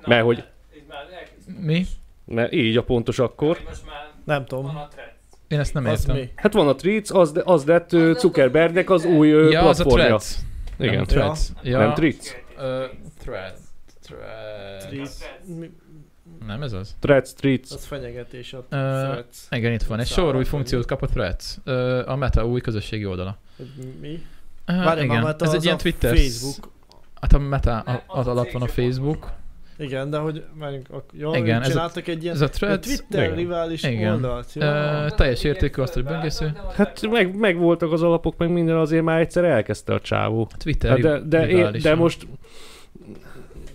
D: Na,
B: Mert hogy-
D: Így már elkezdtünk.
A: mi?
B: mert így a pontos akkor.
D: Most már
C: nem
D: van
C: tudom.
D: a trend.
A: Én ezt nem
C: Az
A: értem.
C: mi?
B: Hát van a Tritz, az, de- az lett ö, Zuckerbergnek az új ö,
A: Ja, az a
B: platformja.
A: Threads. Nem a
B: Igen.
A: Threads. Ja.
B: Nem Tritz?
A: Ö, Threads. Threads.
C: Tritz. Mi-
A: Nem ez az?
B: Threads, Tritz.
C: Az fenyegetés a
A: Ö,
C: Threads.
A: Igen, itt van. Egy
C: Szállal
A: sor új
C: vagy.
A: funkciót kapott Threads. Ö, A Meta új közösségi oldala.
C: Hogy Mi?
A: Ö,
C: Várj,
A: hát igen.
C: már, mert
A: Ez
C: az
A: egy ilyen
C: a
A: Twitter.
C: Facebook.
A: Hát a Meta a- az alatt van a Facebook.
C: Igen, de hogy várjunk, ak- jó,
A: Igen,
C: igen,
A: ez a-
C: csináltak egy ilyen
A: Ez a
C: a
A: Threads.
C: Twitter
B: igen.
C: rivális
A: Igen.
C: oldalt. Jó.
A: Ö, teljes értékű azt, hogy böngésző.
B: Hát meg, meg voltak az alapok, meg minden, azért már egyszer elkezdte a csávó.
A: Twitter
B: Hát de, de, én,
A: rivális.
B: de most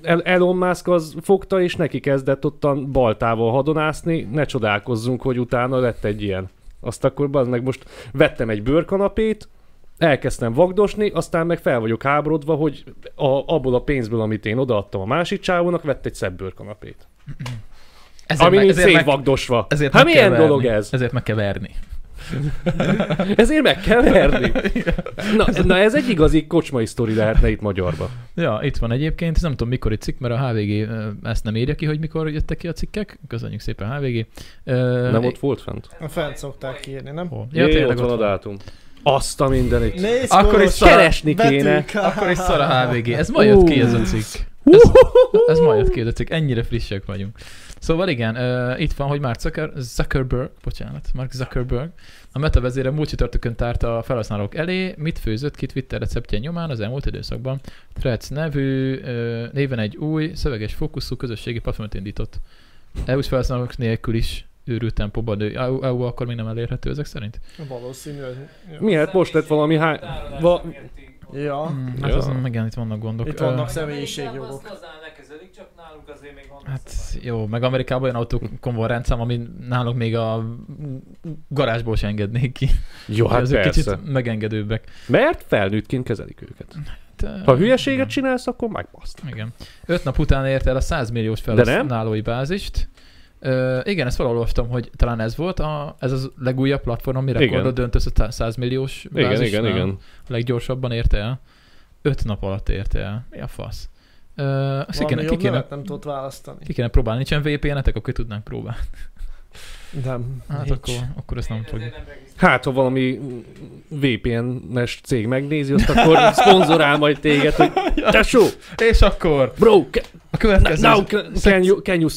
B: El- Elon Musk az fogta, és neki kezdett ottan baltával hadonászni, ne csodálkozzunk, hogy utána lett egy ilyen. Azt akkor az meg most vettem egy bőrkanapét, elkezdtem vagdosni, aztán meg fel vagyok háborodva, hogy a, abból a pénzből, amit én odaadtam a másik csávónak, vett egy szebb bőrkanapét. Ezért ami
A: ezért
B: szétvagdosva.
A: ezért
B: Hát
A: meg kell
B: milyen
A: verni.
B: dolog ez?
A: Ezért meg kell verni.
B: Ezért meg kell verni. Na, na ez egy igazi kocsmai sztori lehetne itt magyarba.
A: Ja, itt van egyébként, ez nem tudom mikor egy cikk, mert a HVG ö, ezt nem írja ki, hogy mikor jöttek ki a cikkek. Köszönjük szépen HVG. Ö,
B: Nem ott volt fent?
C: A fent szokták írni, nem?
A: hol? Ja,
B: Ja,
A: tényleg
B: ott van a dátum. Azt a mindenit.
C: Nézd,
A: Akkor
C: koros
A: is szar-
B: Keresni kéne.
C: betűk.
A: Akkor is szar a HVG. Ez ma jött ki ez a cikk. Ez, ez ma jött ki ez a cikk. Ennyire frissek vagyunk. Szóval igen, uh, itt van, hogy Mark Zucker, Zuckerberg, bocsánat, Mark Zuckerberg, a Meta vezére múlt csütörtökön tárta a felhasználók elé, mit főzött ki Twitter receptje nyomán az elmúlt időszakban. Threads nevű, uh, néven egy új, szöveges fókuszú közösségi platformot indított. EU-s felhasználók nélkül is őrült tempóban nő. EU, EU akkor még nem elérhető ezek szerint?
C: Valószínű, hogy... Ja.
B: Miért? hát Most lett valami hány... Va...
C: Ja.
A: Mm, hát
B: Ja.
A: azon igen, itt vannak gondok.
C: Ah. Itt
A: Ö,
C: vannak személyiségjogok.
D: Azt lazán lekezelik, csak nálunk azért még vannak
A: Hát
D: szabályok.
A: jó, meg Amerikában olyan autókon van rendszám, ami nálunk még a garázsból sem engednék ki.
B: Jó, hát
A: Ezek
B: persze.
A: kicsit megengedőbbek.
B: Mert felnőttként kezelik őket.
A: De,
B: Ha hülyeséget csinálsz, akkor megbaszt.
A: igen. igen. Öt nap után ért el a 100 milliós
B: nem?
A: felhasználói bázist. Ö, igen, ezt valahol olvastam, hogy talán ez volt a, ez az legújabb platform, ami
B: Igen.
A: rekordot dönt össze tá- 100 milliós
B: Igen,
A: bázisnál.
B: igen, igen.
A: A leggyorsabban érte el. Öt nap alatt érte el. Mi a fasz? Ö, azt ki kéne,
C: Valami
A: ki,
C: jobb
A: kéne,
C: nevet nem tudott választani.
A: ki kéne próbálni. Nincsen VPN-etek, akkor ki tudnánk próbálni.
C: Nem.
A: Hát
C: nincs.
A: akkor, akkor ezt nem
D: Én
A: fogjuk.
D: ezért nem regisztrálom.
B: Hát, ha valami VPN-es cég megnézi, azt akkor szponzorál majd téged, hogy Tesó,
A: És akkor
B: bro, ca-
A: a következő,
B: now can, can you, can you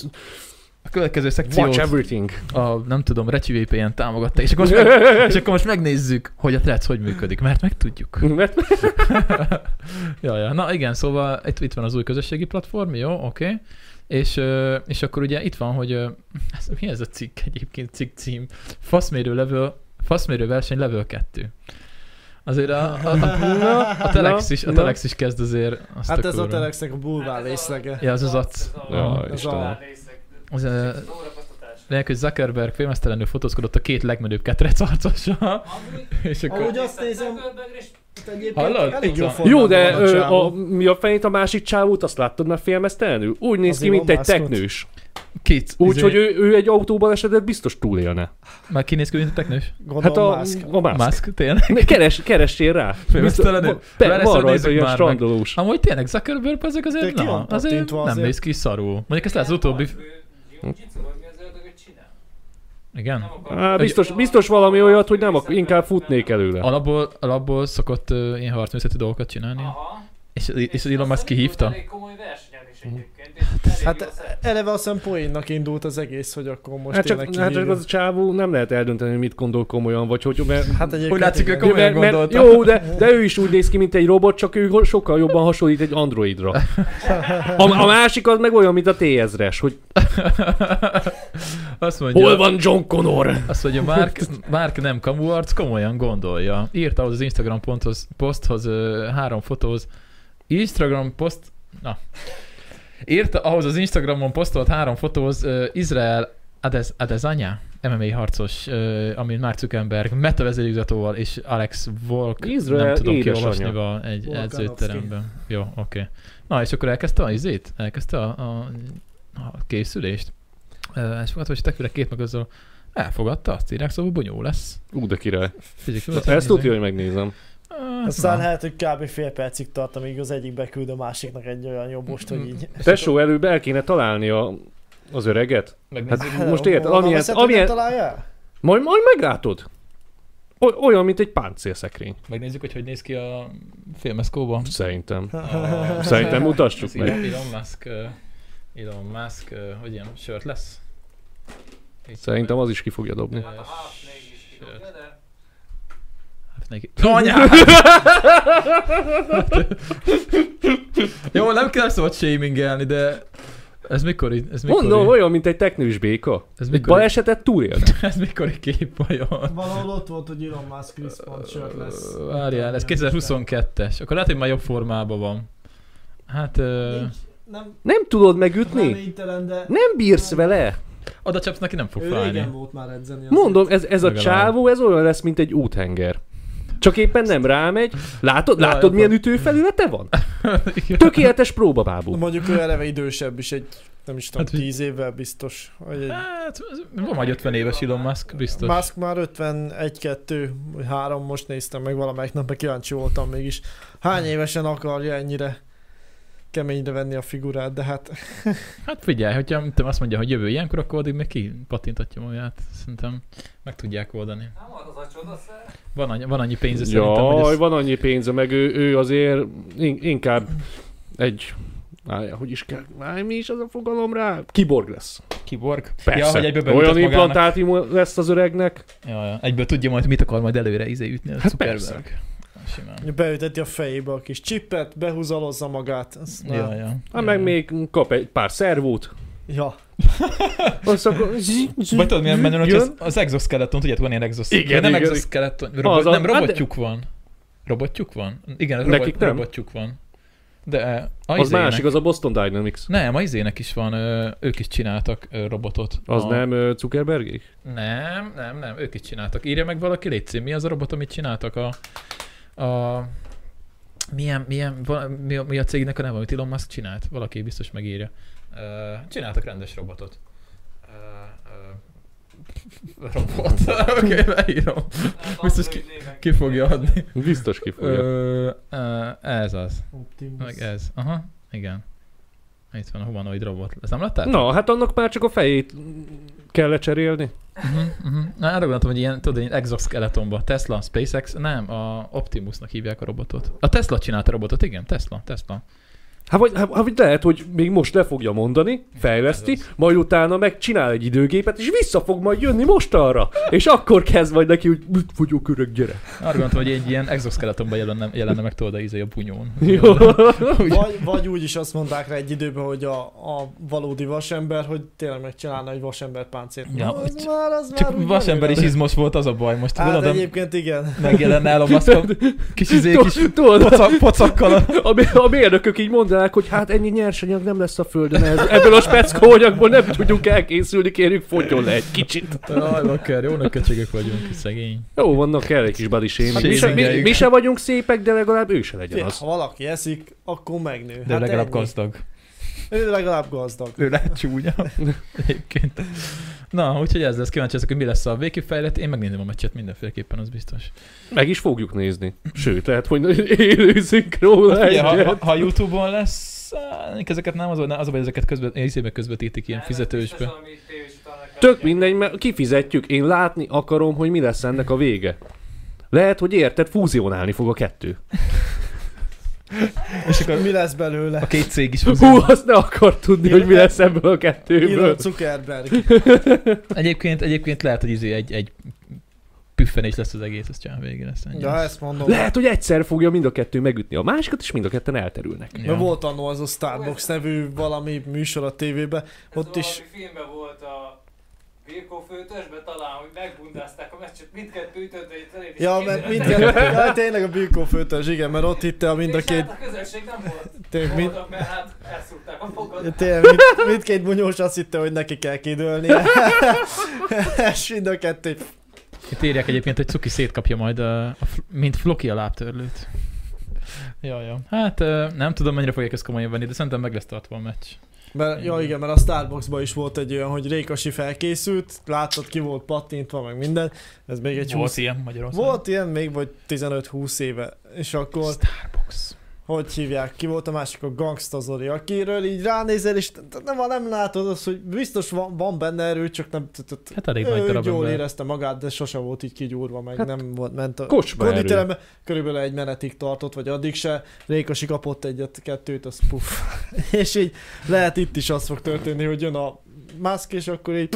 A: a következő
B: watch
A: szekciót
B: everything?
A: a, nem tudom, Recsi VPN támogatta, és akkor, most meg,
B: (laughs)
A: és akkor most megnézzük, hogy a Threads hogy működik, mert megtudjuk.
B: Mert
A: ja, ja. Na igen, szóval itt, itt van az új közösségi platform, jó, oké. Okay. És, ö, és akkor ugye itt van, hogy ö, ez, mi ez a cikk egyébként, cikk cím? Faszmérő, level, faszmérő verseny level 2. Azért a, a, a, a, Telex, is, a
B: na.
A: Telex is kezd azért azt
C: Hát ez a
A: kurva.
C: Telexnek a bulvár részlege.
A: Ja, az az ac.
D: Ez a-
A: Ja,
D: ez
C: Istenem.
D: a részek.
A: Az,
D: Ez
A: ö,
D: szórakoztatás.
A: Lényeg, hogy Zuckerberg félmeztelenül fotózkodott a két legmenőbb ketrec arcossal,
D: Amúgy-
A: és akkor...
C: Ahogy azt nézem-
D: Zuckerberg és
C: Itt egyébként
A: Hallod?
C: elég jó
A: Jó,
C: formában
B: Jó, de
C: van
B: ö,
C: csávó.
B: a, mi a fejét a másik csávót, azt láttad már félmeztelenül? Úgy néz ki,
C: Azért
B: mint egy
C: bombázkodsz.
B: teknős.
A: Két. izé-
B: Úgyhogy ő, ő egy autóban esetleg biztos túlélne.
A: Már kinéz ki, mint a teknős?
B: Hát
C: Gondolom
B: a,
C: hát
B: a mászk.
A: Musk, tényleg?
B: Ne, Keres, keressél rá.
A: Félmeztelenül?
B: Biztos- Pe-
A: Vele
B: Van
A: szóval
B: rajta
A: nézzük
B: ilyen
A: már
B: strandolós.
A: Amúgy tényleg Zuckerberg ezek azért,
C: De ki
A: na,
C: van
A: azért
C: kattintva
A: nem
C: azért?
A: néz ki szarul. Mondjuk ezt lehet az utóbbi...
D: Jiu-jitsu, vagy mi az ördögöt csinál? Nem
A: Igen.
D: akar-
B: Á, biztos, biztos valami olyat, hogy nem, ak- inkább futnék előle.
A: Alapból, alapból szokott uh, ilyen harcművészeti dolgokat csinálni,
C: Ah.
D: Aha.
A: és, és az
D: aztán
A: Elon Musk
D: indult
A: kihívta.
D: Elég komoly versenyen is egyébként. és elég
C: Hát
D: jó szerep.
C: eleve azt hiszem poénnak indult az egész, hogy akkor most
B: Hát
C: tényleg
B: csak, hát csak
C: kihívjuk.
B: az a csávó nem lehet eldönteni, hogy mit gondol komolyan, vagy hogy... Mert,
C: Hát egyébként
A: Úgy látszik,
C: igen.
A: ők- Komolyan
B: mert, mert,
A: gondolta.
B: jó, de, de ő is úgy néz ki, mint egy robot, csak ő sokkal jobban hasonlít egy androidra. A, a másik az meg olyan, mint a T-1000-es, hogy
A: (laughs) Azt mondja,
B: hol van John Connor?
A: Azt mondja, Mark, Mark nem kamuarc, komolyan gondolja. Írt ahhoz az Instagram ponthoz, poszthoz ö, három fotóhoz. Instagram poszt... Na. Írta ahhoz az Instagramon posztolt három fotóhoz ö, Izrael Adez, Adesanya, MMA harcos, ö, amin Mark Zuckerberg metavezérigazgatóval és Alex Volk, nem
B: Izrael
A: tudom
B: édesanyja.
A: kiolvasni a egy
C: Volkanovszki.
A: edzőteremben. Jó, oké. Okay. Na, és akkor elkezdte a izét? Elkezdte a, a, a készülést? Ö, És fogadta, hogy teküle két meg azzal elfogadta, azt írják, szóval bonyó lesz.
B: Ú, de király.
A: Fizikai-
B: Ezt tudja, hogy megnézem.
A: Ah,
C: Aztán
A: na.
C: lehet, hogy kb. fél percig tart, amíg az egyik beküld a másiknak egy olyan jobbost, hogy így...
B: Tesó, előbb el kéne találni a, az öreget.
A: Megnézzük.
B: Hát (laughs) most érted,
C: Honnan
B: amilyen,
C: veszed, hogy nem
B: amilyen,
C: találja?
B: majd, majd meglátod. O- olyan, mint egy páncélszekrény.
A: Megnézzük, hogy hogy néz ki a filmeszkóba.
B: Szerintem.
A: A-
B: Szerintem mutassuk
A: Ez
B: meg.
A: Elon Elon Musk, ö, Elon Musk, ö, hogy ilyen sört lesz? Így-
B: Szerintem az is ki fogja dobni.
D: Hát a half még is kidobja, de...
A: Hát neki. Anyám! Jó, nem kell szabad shamingelni, de ez mikor, ez mikor,
B: Mondom, olyan, mint egy teknős béka.
A: ez
B: Egy
A: mikor,
B: balesetet túlélt.
A: ez mikor kép vajon?
C: Valahol ott volt, hogy Elon Musk Chris Pond sört lesz.
A: Várjál, ez 2022-es. Akkor lehet, hogy már jobb formában van. Hát, ö,
C: Nincs. Nem,
B: Nem tudod
C: nem
B: megütni?
C: íntelen, de
B: Nem bírsz vele?
A: oda csapsz neki nem fog
C: ő régen
A: fájni.
C: volt már edzeni. azért.
B: Mondom, ez, ez a
A: Legalább.
B: csávó, ez olyan lesz, mint egy úthenger. Csak éppen nem rámegy. Látod,
A: Jaj,
B: látod
A: akkor-
B: milyen ütőfelülete van?
A: (laughs)
B: Tökéletes próbabábú.
C: Mondjuk ő eleve idősebb is, egy nem is tudom,
A: Hát, hogy-
C: 10 évvel biztos. Vagy egy...
A: Hát, van majd 50 éves Elon Musk, biztos.
C: Musk már 51, 2, 3, most néztem meg valamelyik nap, mert kíváncsi voltam mégis. Hány évesen akarja ennyire keményre venni a figurát, de hát
A: Hát figyelj, hogyha mit tudom, azt mondja, hogy jövő ilyenkor, akkor addig még ki pattintatja magát. Szerintem meg tudják oldani.
D: Nem volt az a csodaszer.
A: Van annyi, van annyi pénze szerintem, hogy
B: Jaj,
A: ez...
B: van annyi pénze, meg ő, ő azért in- inkább egy... Várjál, hogy is kell... Várj, mi is az a fogalom rá? Kiborg lesz.
A: Kiborg.
B: Persze.
A: Ja, hogy egyből beütött magának.
B: Olyan implantátum lesz az öregnek.
A: Ja, ja. Egyből tudja majd, mit akar majd előre izé ütni a
B: Hát
A: Zuckerberg. Simán.
C: beüteti a fejébe a kis csipet, behúzalozza magát. Azt már...
A: Ja,
C: ja.
A: ja.
B: Hát meg
A: Ja.
B: még kap egy pár szervót.
C: ja.
B: Azt akkor...
A: (laughs) Vagy tudod, milyen menő, hogy
B: Jön.
A: az, az exoskeleton, tudjátok, van ilyen exoskeleton.
B: Igen,
A: nem
B: igen.
A: exoskeleton, robo-
B: Az a-
A: nem,
B: hát de-
A: robotjuk van. Robotjuk van? Igen,
B: Nekik
A: robot,
B: nem.
A: robotjuk van. De eh, a izé-
B: Az
A: izének-
B: másik, az a Boston Dynamics.
A: Nem, a izének is van, ö, ők is csináltak ö, robotot.
B: Az
A: a...
B: nem ö, Zuckerbergék?
A: Nem, nem, nem, ők is csináltak. Írja meg valaki, légy mi az a robot, amit csináltak a... a milyen, milyen, val- mi, a, mi a cégnek a neve, amit Elon Musk csinált? Valaki biztos megírja. Ö, Csináltak rendes robotot. Ö, ö,
B: (laughs)
A: Robot. Oké, okay, leírom. Biztos ki- Ki fogja adni.
B: Biztos ki fogja.
A: Ö, ö, ez az.
C: Optimus.
A: Meg ez. Aha, igen. Itt van a humanoid robot. Ez nem láttál?
B: Na, hát annak már csak a fejét kell lecserélni.
A: Uh-huh, uh-huh. Na, arra gondoltam, hogy ilyen, tudod, ilyen exoskeletonba. Tesla, SpaceX, nem, a Optimusnak hívják a robotot. A Tesla csinálta a robotot, igen, Tesla, Tesla.
B: Hát vagy, hát vagy lehet, hogy még most le fogja mondani, fejleszti,
A: Ez az.
B: majd utána meg csinál egy időgépet, és vissza fog majd jönni most arra. És akkor kezd majd neki, hogy mit vagyok öreg, gyere.
A: Arra gondoltam, hogy egy ilyen exoskeletonban jelenne, jelenne meg tudod, a izé a bunyón.
B: Jó.
C: Vagy, vagy úgy is azt mondták rá egy időben, hogy a, a valódi vasember, hogy tényleg megcsinálna egy vasember páncért.
A: Ja,
C: Na, az
A: cs-
C: már, az már
A: Csak
C: úgy
A: vasember is
C: nagyon-
A: izmos volt, az a baj most.
C: Hát
A: Tudod, a-
C: egyébként igen.
A: megjelenne el a
C: (laughs)
A: maszka, kis izé, kis
B: Tudod,
A: pocak, pocakkal. a-
B: a, mé- a mérnökök így mondanák, hogy hát ennyi nyersanyag nem lesz a földön, ez, ebből a speckóanyagból nem tudjuk elkészülni, kérjük, fogjon le egy kicsit.
A: Jaj, bakker, jó köcsögök vagyunk, szegény.
B: Jó, vannak kell egy kis body shaming. Mi, se- mi, mi se vagyunk szépek, de legalább ő se legyen
C: Fél,
B: az.
C: ha valaki eszik, akkor megnő. Hát
A: De legalább
C: ennyi.
A: gazdag.
C: Ő legalább gazdag.
A: ő lehet csúnya. Egyébként. Na, úgyhogy ez lesz. Kíváncsi leszek, hogy mi lesz a végkifejlet. Én megnézem a meccset mindenféleképpen, az biztos.
B: Meg is fogjuk nézni. Sőt, lehet, hogy (laughs) élőzünk róla
A: Ugye, ha, ha,
B: egyet.
A: ha YouTube-on lesz, á, ezeket nem az, a- az a baj, ezeket közben, izébe közvetítik ilyen fizetősbe.
B: Tök mindegy, mert kifizetjük. Én látni akarom, hogy mi lesz ennek a vége. Lehet, hogy érted, fúzionálni fog a kettő.
A: És akkor
C: Mi lesz belőle?
A: a két cég is
B: Hú,
A: hozzá.
B: azt ne akar tudni, hogy mi lesz ebből a kettőből.
C: Elon Zuckerberg.
A: Egyébként, egyébként lehet, hogy izé egy, egy püffenés lesz az egész, aztán végén lesz ennyi.
C: Ja, ezt mondom.
B: Lehet, hogy egyszer fogja mind a kettő megütni a másikat, és mind a ketten elterülnek.
A: Ja.
C: Mert volt annó az a Starbucks nevű valami műsor a tévében, ott is
D: filmben volt a Birkó főtösbe talán, hogy megbundázták a meccset, mindkettő ütött, de itt
C: Ja, mert mindjárt, ja, hát tényleg a Bilkó főtörzs, igen, mert ott hitte a mind a két,
D: hát A közönség nem volt.
C: tényleg, mind,
D: Mind... Mert hát elszúrták a fogat.
C: tényleg mind, mindkét bunyós azt hitte, hogy neki kell kidőlnie. (laughs) És mind a kettő.
A: Itt írják egyébként, hogy Cuki szétkapja majd, a, a, fl- mint Floki a lábtörlőt. Ja, ja. Hát ö, nem tudom, mennyire fogják ezt komolyan venni, de szerintem meg lesz tartva a meccs.
C: Mert, ja igen, mert a Starbucksban is volt egy olyan, hogy Rékasi felkészült, láttad ki volt pattintva, meg minden. Ez még egy 20...
A: ilyen Magyarországon.
C: Volt ilyen még, vagy 15-20 éve. És akkor
A: Starbucks.
C: hogy hívják, ki volt a másik, a Gangsta Zoli, akiről így ránézel, és t- t- nem, ha nem látod azt, hogy biztos van, van benne erő, csak nem... t- t- t-
A: Hát elég nagy
C: Ő
A: darab
C: jól
A: ember.
C: érezte magát, de sose volt így kigyúrva, meg
B: Hát,
C: nem volt, ment a
B: kocsma erő.
C: konditerembe, körülbelül egy menetig tartott, vagy addig se, Rékosi kapott egyet, kettőt, az puff. (laughs) és így lehet itt is az fog történni, hogy jön a Musk, és akkor így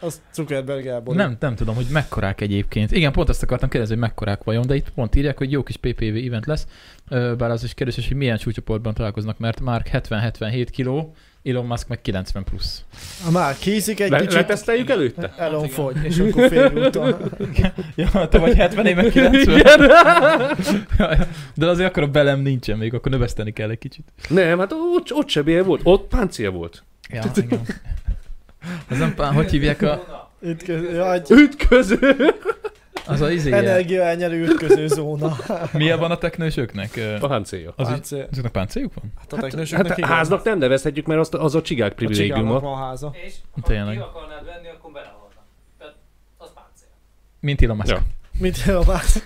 C: az Zuckerberg elborít.
A: Nem, nem tudom, hogy mekkorák egyébként. Igen, pont azt akartam kérdezni, hogy mekkorák vajon, de itt pont írják, hogy jó kis PPV event lesz, Ö, bár az is kérdés, hogy milyen súlycsoportban találkoznak, mert már 70-77 kiló, Elon Musk meg 90 plusz.
C: Ha Már készik egy
B: Le-
C: kicsit,
B: leteszteljük előtte?
C: Elon fogy, és akkor félúton.
A: Ja, te vagy 70 év, meg 90.
B: Igen.
A: De azért akkor a belem nincsen még, akkor növeszteni kell egy kicsit.
B: Nem, hát ott, ott se bél volt, ott páncél volt.
A: Ja, igen. Az nem, pá- hogy hívják a...
C: Itt kezd, ja, egy
B: Ütköző!
A: Az a izé.
C: Energia elnyelő ütköző zóna.
A: Mi van a teknősöknek? Ö,
B: A háncélja.
A: Az így,
C: Páncél.
A: azoknak páncéljuk van?
C: Hát a teknősöknek
B: Hát
C: igen.
B: háznak nem nevezhetjük, mert azt, az a csigák
C: A csigának
B: privilégiuma.
C: van háza.
D: És ha
A: Tényleg.
D: ki akarnád venni, akkor belehalna. Tehát az páncél.
A: Mint Elon Musk.
B: Ja.
C: Mint a váz.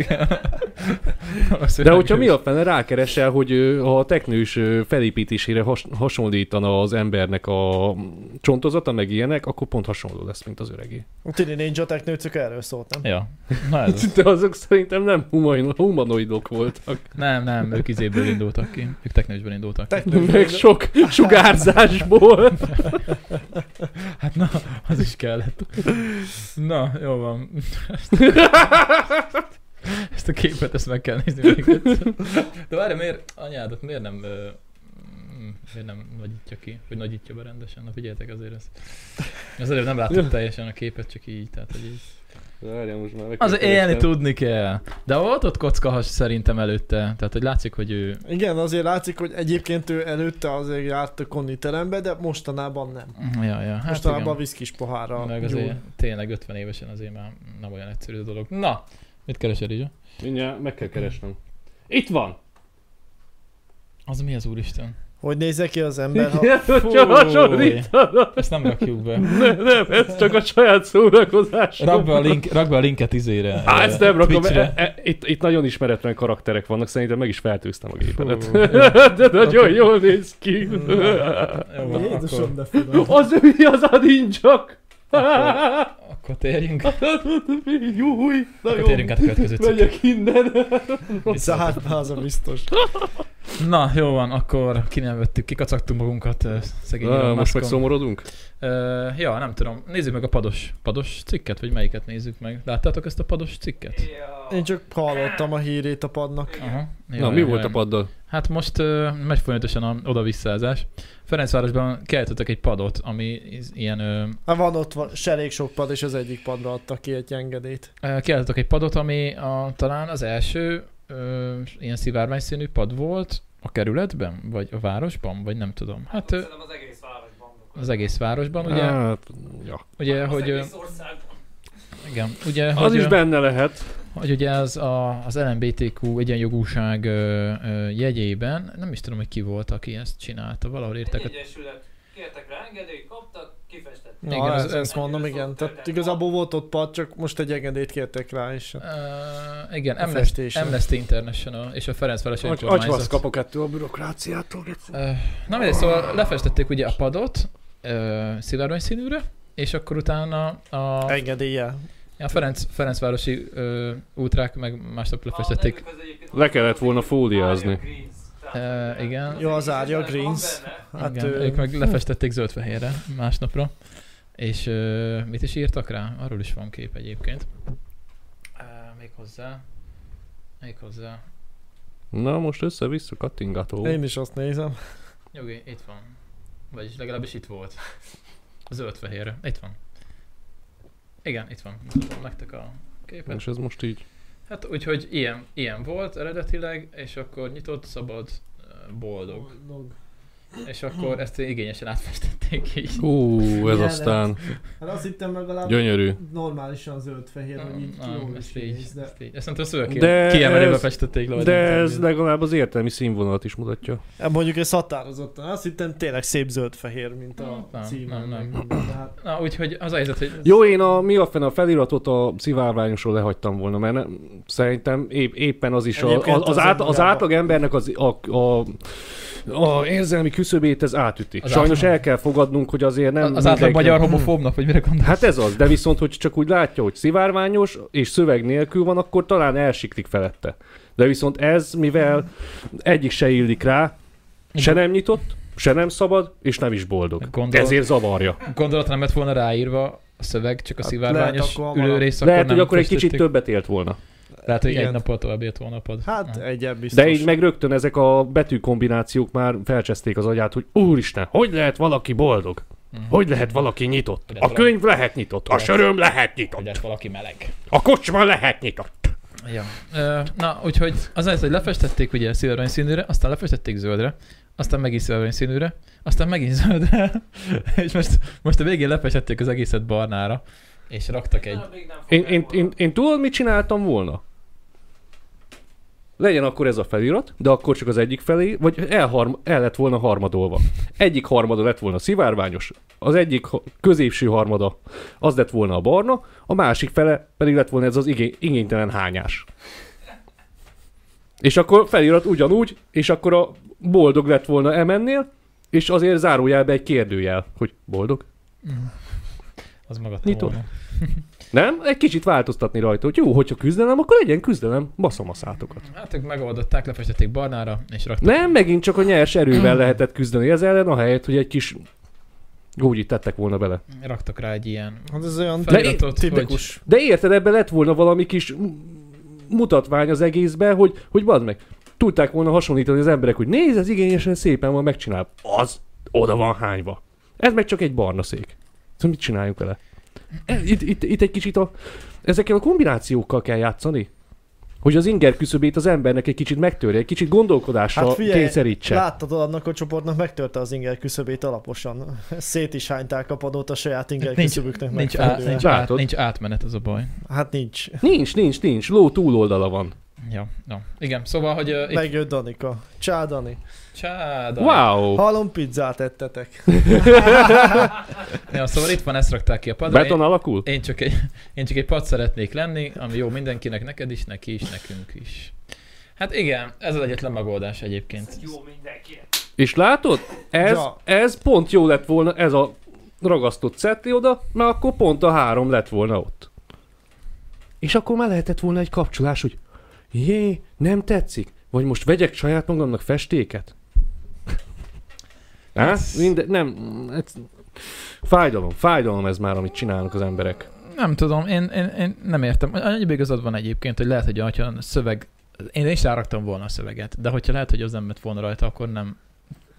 B: De hogyha mi a fene rákeresel, hogy ö, ha a teknős ö, felépítésére has, hasonlítana az embernek a csontozata, meg ilyenek, akkor pont hasonló lesz, mint az öregé.
C: A Tini Ninja teknőcök erről szólt, nem?
A: Ja. Na ez az.
B: De azok szerintem nem humano- humanoidok (laughs) voltak.
A: Nem, nem, ők izéből indultak ki. Ők teknősből indultak ki.
B: Meg sok sugárzásból.
A: Hát na, az is kellett. Na, jó van. Ezt a képet, ezt meg kell nézni még egyszer. De várj, miért anyádat miért nem ö, mm, miért nem nagyítja ki, vagy nagyítja be rendesen? Na figyeljetek azért ezt. Az előbb nem láttuk teljesen a képet, csak így, tehát hogy így. Az élni tudni kell. De volt ott kockahas szerintem előtte, tehát hogy látszik, hogy ő...
C: Igen, azért látszik, hogy egyébként ő előtte azért járt a konni terembe, de mostanában nem.
A: Ja, ja, hát
C: Mostanában
A: igen.
C: visz kis pohárra.
A: Meg
C: gyúr.
A: azért tényleg 50 évesen azért már nem olyan egyszerű a dolog. Na, mit keresel, Rizsa?
B: Mindjárt meg kell keresnem. Itt van!
A: Az mi az úristen?
C: Hogy nézze ki az ember, ha...
B: Igen, (laughs) hogyha hasonlítanak.
A: Ezt nem rakjuk be.
B: (laughs) Nem, nem, ez csak a saját szórakozás.
A: Rakd be a, link, rakd be a linket izére.
B: Á,
A: eh,
B: ezt nem rakom,
A: Twitchre.
B: e, e, itt, itt nagyon ismeretlen karakterek vannak, szerintem meg is feltűztem a gépedet.
A: Fú,
B: (laughs) De nagyon
A: Oké.
B: jól néz ki. (laughs)
A: Jó, van,
C: Jézusom,
A: akkor,
C: de finom.
B: Az ő az a nincsak.
A: Akkor- akkor térjünk,
B: Júj,
A: akkor térjünk
B: nagyon
A: át a következő cikk.
B: megyek innen.
C: Zártna az a biztos.
A: Na, jó van, akkor ki nem vettük, kikacagtunk magunkat eh, szegény Elon
B: most
A: Muskon.
B: meg szomorodunk?
A: Ö, ja, nem tudom. Nézzük meg a pados, pados cikket, vagy melyiket nézzük meg. Láttátok ezt a pados cikket?
D: Ja.
C: Én Hát, csak hallottam a hírét a padnak.
A: Aha. Jaj,
B: Na, mi
A: jaj.
B: volt a paddal?
A: Hát most ö, megy folyamatosan a oda-visszázás. Ferencvárosban keltöttek egy padot, ami iz- ilyen ö,
C: Hát van ott van, se elég sok pad, és az egyik padra adta ki egy engedélyt.
A: Ö, Kiálltatok egy padot, ami a, talán az első ö, ilyen szivárvány színű pad volt a kerületben, vagy a városban, vagy nem tudom. Hát
D: Hát,
A: ö,
D: szerintem az egész városban.
A: az egész városban, ugye,
B: Hát, ja.
A: ugye,
D: az
A: hogy, ö,
D: egész országban.
A: igen, ugye,
B: Az
A: hogy,
B: is
A: ö,
B: benne lehet.
A: hogy ugye az, a, az LMBTQ egyenjogúság ö, ö, jegyében, nem is tudom, hogy ki volt, aki ezt csinálta, valahol
D: Egy
A: értek. a-
D: egyesület. Kértek rá engedélyt, kaptak, kifestették.
C: Na,
A: Igen,
C: igen,
A: az-
C: ezt, ezt mondom, igen. Tehát igazából volt ott pad, csak most egy engedélyt kértek rá hát is.
A: Ö, igen,
C: A
A: Amnesty,
C: festésen.
A: Amnesty International és a Ferencvárosi
B: Agy-
A: Önkormányzat.
B: Agyvasz kapok ettől a bürokráciától. geci.
A: Ö, Na mindegy, szóval lefestették ugye a padot ö, szivárvány színűre, és akkor utána a,
C: Engedélye.
A: a Ferenc, Ferencvárosi ö, útrák meg másnap lefestették.
B: Le kellett volna fóliázni.
A: Ö, igen.
C: Jó, az árja, Greens. Hát
A: Igen,
C: ő,
A: ők meg lefestették zöldfehérre másnapra. És ö, mit is írtak rá? Arról is van kép egyébként. Ö, Még hozzá. Még hozzá.
B: Na, most össze-vissza kattingató.
C: én is azt nézem.
A: Jogi, itt van. Vagyis legalábbis itt volt. (laughs) Zöld-fehérre. Itt van. Igen, itt van. Mutatom nektek a képet.
B: És ez most így.
A: Hát úgyhogy ilyen, ilyen volt eredetileg, és akkor nyitott, szabad, ö, boldog. És akkor ezt igényesen átfestették
C: (laughs)
A: így.
B: Ú, ez
C: Jelenet.
B: aztán
C: Hát azt hittem legalább
B: gyönyörű.
C: normálisan zöld-fehér,
A: Nem,
C: hogy így
A: nem,
C: jól is
A: Ah, ezt így,
C: néz, de...
A: ezt így. Ezt nem tudom, szóval
B: De
A: kiemelőbe
B: ez-
A: festették le. vagy
B: De
A: nem tudom,
B: ez
A: hogy-
B: legalább az értelmi színvonalat is mutatja.
C: Hát Mondjuk ez határozottan. Azt hittem tényleg szép zöld-fehér, mint a
A: Hát Nem,
C: címen.
A: nem, nem.
C: meg minden, de hát-
A: Na, úgyhogy az a helyzet, hogy
B: Jó, én a mi a fene a feliratot a szivárványosról lehagytam volna, mert nem, szerintem épp, éppen az is a,
C: Egyébként
B: az, az,
C: az
B: át, az
C: önmagában-
B: átlag embernek az, a, a, a érzelmi küszöbét ez átüti.
A: Az
B: Sajnos
A: átlag-
B: el kell fogadnunk, hogy azért nem
A: az átlag
B: mindenki-
A: magyar homofóbnak, vagy mire gondolsz?
B: Hát ez az, de viszont, hogy csak úgy látja, hogy szivárványos és szöveg nélkül van, akkor talán elsiklik felette. De viszont ez, mivel egyik se illik rá, se nem nyitott, se nem szabad, és nem is boldog.
A: Gondolod-
B: Ezért zavarja.
A: Gondolat nem lett volna ráírva a szöveg, csak a
C: Hát
A: szivárványos
C: lehet, akkor valami-
A: ülőrész,
B: Akkor Lehet,
A: nem
B: hogy akkor egy kicsit
A: festették.
B: többet élt volna.
A: Lehet, hogy
C: Igen.
A: egy Ah. nappal tovább jött volna a pad.
C: Hát
A: Na.
C: egyen biztos.
B: De így meg rögtön ezek a betűkombinációk már felcseszték az agyát, hogy úristen, hogy lehet valaki boldog?
C: eh,
A: Mhm.
B: Hogy lehet valaki nyitott?
A: Hogy lehet
B: A könyv lehet nyitott, a
A: Hogy lehet-
B: söröm lehet
A: Hogy
B: nyitott,
A: lett valaki meleg.
B: a kocsma lehet nyitott.
A: Ja. Ö, na, úgyhogy az az, hogy lefestették ugye szilvárvány színűre, aztán lefestették zöldre, aztán megint szilvárvány színűre, (laughs) aztán megint zöldre, és most, most a végén lefestették az egészet barnára. és raktak egy...
D: Darabig nem
B: Én,
D: fogják
B: én,
D: oda.
B: én, én tudod, mit csináltam volna? Legyen akkor ez a felirat, de akkor csak az egyik felé, vagy elharm, el lett volna harmadolva. Egyik harmada lett volna szivárványos, az egyik ha- középső harmada az lett volna a barna, a másik fele pedig lett volna ez az igé- igénytelen hányás. És akkor felirat ugyanúgy, és akkor a boldog lett volna emennél, és azért zárójelbe egy kérdőjel, hogy boldog?
A: Az maga
B: Nyitó.
A: volna.
B: Nem? Egy kicsit változtatni rajta, hogy jó, hogyha küzdelem, akkor legyen küzdelem, baszom a szátokat.
A: Hát ők megoldották, lefestették barnára, és raktak...
B: Nem, megint csak a nyers erővel lehetett küzdeni ez ellen, ahelyett, hogy egy kis gógyit tettek volna bele.
A: raktak rá egy ilyen
C: Hát ez olyan
B: Fel-
A: feliratot, hogy
C: tipikus.
B: De érted, ebben lett volna valami kis m- mutatvány az egészben, hogy, hogy bazd meg, tudták volna hasonlítani az emberek, hogy nézd, ez igényesen szépen van, megcsinál. Az oda van hányva. Ez meg csak egy barna szék. Szóval mit csináljuk vele? E- Itt, itt, itt egy kicsit a... Ezekkel a kombinációkkal kell játszani. Hogy az inger küszöbét az embernek egy kicsit megtörje, egy kicsit gondolkodásra
C: Hát
B: hát
C: figyelj,
B: kényszerítse.
C: Láttad, annak a csoportnak megtörte az inger küszöbét alaposan. Szét is hányták a padót a saját inger
A: Hát Nincs-
C: küszöbüknek
A: nincs,
C: megfelelően.
A: át, nincs, át,
B: Látod?
A: nincs átmenet az a baj.
C: Hát nincs.
B: Nincs, nincs, nincs. Ló túloldala van.
A: Ja, ja. Igen, szóval, hogy uh, itt
C: Megjött Danika. Csá, Dani.
A: csáda.
B: Wow!
C: Halom pizzát ettetek.
A: Ja, szóval itt van, ezt rakták ki a padra.
B: Beton
A: Én,
B: alakul?
A: én, csak egy, én csak egy pad szeretnék lenni, ami jó mindenkinek, neked is, neki is, nekünk is. Hát igen, ez az egyetlen megoldás egyébként.
D: Jó mindenki.
B: És látod? Ez,
C: Ja.
B: ez pont jó lett volna, ez a ragasztott szetti oda, mert akkor pont a három lett volna ott. És akkor már lehetett volna egy kapcsolás, hogy jé, nem tetszik, vagy most vegyek saját magamnak festéket? Há? Minden, nem, ez, fájdalom, fájdalom ez már, amit csinálnak az emberek.
A: Nem tudom, én, én, én nem értem. Annyiban igazad van egyébként, hogy lehet, hogy ha a szöveg... Én is ráraktam volna a szöveget, de hogyha lehet, hogy az nem lett volna rajta, akkor nem...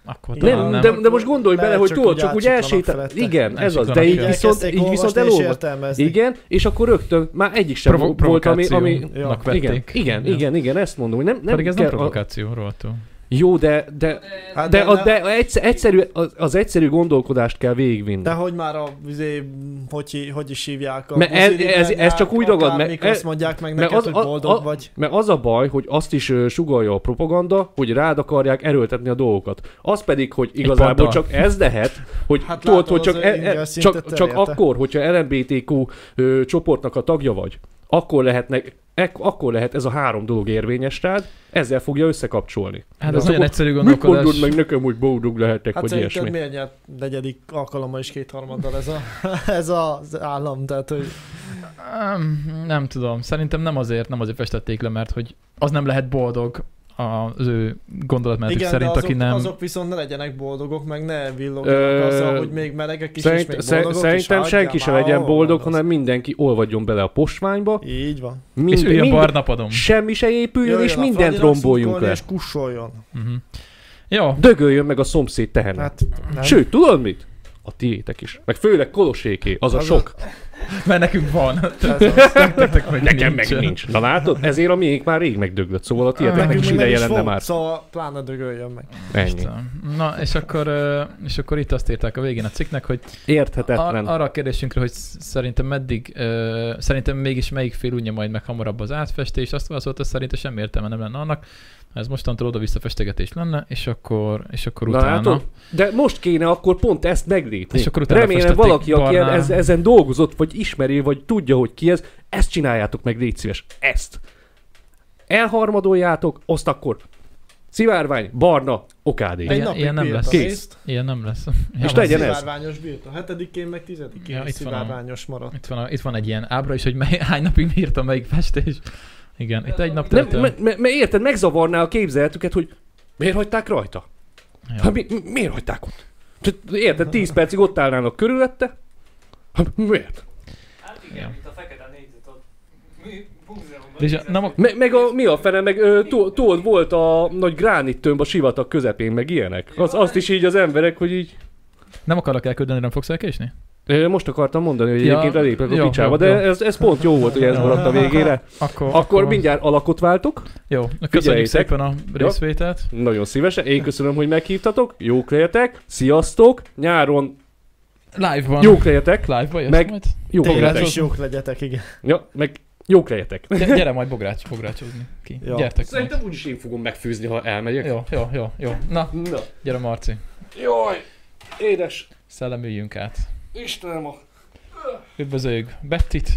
A: Akkor
C: Igen.
A: talán
B: Nem,
A: nem.
C: nem.
B: de, de most gondolj
C: Lehet
B: bele, hogy
C: csak
B: tudod,
C: úgy
B: csak úgy
C: átsiklanak
B: elsétál.
C: felette.
B: Igen,
A: Nem
B: ez az, de
A: siklanak
B: így
A: fel.
B: viszont, így viszont
C: elolvasni és
B: elolvas.
C: értelmezni.
B: Igen, és akkor rögtön már egyik sem
A: Provo-
B: volt, ami... ami
A: provokációnak
C: Ja,
A: vették.
B: igen, igen, igen, igen, ezt mondom, hogy nem, nem
A: Nem Pedig ez nem
B: kell- a-
A: provokációról túl.
B: Jó, de, de,
C: Hát
B: de, a,
C: ne-
B: de egyszer, egyszerű, az, az egyszerű gondolkodást kell végigvinni.
C: De hogy már a, izé, hogy, hi- hogy is hívják a
B: Mert ez-
C: buziri
B: ez- ez
C: bennák,
B: csak úgy
C: akár
B: ragad, mert-
C: mik
B: e-
C: azt mondják meg
B: mert
C: neked,
B: az-
C: hogy
B: a-
C: boldog
B: a-
C: vagy.
B: Mert az a baj, hogy azt is ö, sugalja a propaganda, hogy rád akarják erőltetni a dolgokat. Az pedig, hogy igazából
A: paddal.
B: csak ez lehet, hogy
C: Hát
B: hát tudod,
C: látod,
B: hogy csak,
C: az
B: e,
C: ingyen
B: e,
C: szinte
B: csak, csak
C: terjedte.
B: akkor, hogyha LMBTQ ö, csoportnak a tagja vagy, akkor lehetnek ek, akkor lehet ez a három dolog érvényes rád, ezzel fogja összekapcsolni.
A: Hát ez
B: Ja.
A: nagyon egyszerű
B: Mit mondod
A: gondolkodás.
B: meg nekem, hogy boldog lehetek,
C: Hát
B: vagy
C: szerinted
B: ilyesmi?
C: miért nyert negyedik alkalommal is kétharmaddal ez, a, (laughs) ez az állam? Tehát, hogy
A: Ám, Nem tudom, szerintem nem azért, nem azért festették le, mert hogy az nem lehet boldog az ő gondolatmenetük
C: igen,
A: szerint,
C: de azok,
A: aki nem...
C: azok viszont ne legyenek boldogok, meg ne villogjanak
B: Ö,
C: azzal, hogy még melegek is, és még
B: Szerint,
C: boldogok
B: szer-
C: is.
B: szerintem
C: Hagyjál
B: senki se
C: már,
B: legyen
C: ahol
B: boldog,
C: van az.
B: hanem mindenki olvadjon bele a posványba,
C: Így van.
A: És
B: mind,
A: ő a
B: mind,
A: barnapadom.
B: semmi se épüljön,
C: Jöjjön
B: és
C: a
B: mindent
C: Fradinak
B: romboljunk
C: szurkolni,
B: le.
C: És kussoljon.
A: Mhm. Jó,
B: Dögöljön meg a szomszéd tehenne. Hát,
C: Hát, nem.
B: Sőt, tudod mit? A tiétek is. Meg főleg Koloséké, az a
C: Az
B: sok.
A: mert nekünk van. (laughs)
B: (laughs)
C: Ez az.
A: Nektek meg
B: Nekem
A: nincs.
B: meg nincs. Na látod? Ezért a miénk már rég megdöglött, szóval a tiéteknek
C: Nekünk
B: is
C: még nem
B: ideje lenne
C: volt,
B: már.
C: Szóval pláne dögöljön meg.
B: Ennyi.
A: Istenem. Na, és akkor, ö, és akkor itt azt írták a végén a cikknek, hogy ar-
B: Érthetetlen.
A: arra a kérdésünkre, hogy sz- szerintem meddig, ö, szerintem mégis melyik fél unja majd meg hamarabb az átfestés, azt válaszolta, szerintem semmi értelme nem lenne annak, ha ez mostantól oda-vissza festegetés lenne, és akkor, és akkor
B: Na hát
A: utána.
B: látod? De most kéne akkor pont ezt meglépni.
A: És akkor utána
B: Remélem
A: festették
B: valaki, aki
A: barnára.
B: ez, ezen dolgozott, vagy ismeri, vagy tudja, hogy ki ez, ezt csináljátok meg, légy szíves. Ezt. Elharmadoljátok, azt akkor szivárvány, barna, okádé.
A: Egy- Ilyen-
C: napig
A: ilyen nem
C: bírta
A: lesz.
C: részt.
B: Kész.
A: Ilyen nem lesz. van.
B: És legyen ez.
C: Szivárványos bírta. Hetedikén meg tizedikén
A: Ja,
C: ja,
A: itt van a-
C: szivárványos maradt.
A: Itt van, a, itt van egy ilyen ábra is, hogy mely, hány napig írta melyik festés. Igen, itt egy nap
B: Nem,
A: telt el.
B: mert m- m- érted, megzavarná a képzeletüket, hogy miért hagyták rajta?
A: Ja.
B: Hát mi, mi- miért hagyták ott? Tehát Érted, 10 percig ott állnának körülötte? Hát miért?
D: Hát
A: Ja.
D: igen, mint a fekete négyzet ott. Mi múzeumban.
A: De és a- nem a-
B: Me- meg a, mi a fene, meg ö, tú- tudod, volt a nagy gránit tömb a sivatag közepén, meg ilyenek. Az, azt is így az emberek, hogy így...
A: Nem akarok elküldeni, nem fogsz elkésni?
B: Ö, Most akartam mondani, hogy
A: Ja,
B: egyébként elépek a
A: jó,
B: picsába,
A: jó,
B: de
A: jó.
B: ez, ez pont jó volt, hogy ez
A: Jó.
B: maradt a végére.
A: Akkor,
B: Akkor mindjárt alakot váltok.
A: Jó, na köszönjük
B: Figyeljétek.
A: szépen a részvételt.
B: Nagyon szívesen. Én köszönöm, hogy meghívtatok. Jók lehetek. Sziasztok. Nyáron
A: Live-ban.
B: Jók legyetek,
A: Live-ban jössz
B: Meg-
A: majd?
B: jók
A: Tényleg.
B: legyetek.
A: bográcsok.
C: Tényleg is jók legyetek, igen.
B: Ja, meg jók legyetek.
A: Gy- gyere majd bogrács, bográcsozni ki.
C: Ja.
A: Gyertek majd.
B: Szerintem úgyis én fogom megfőzni, ha elmegyek.
A: Jó, jó, jó, jó. Na,
B: Na,
A: gyere Marci.
B: jaj, édes
A: Szellemüljünk át.
B: Istenem a...
A: Üdvözöljük Bettit.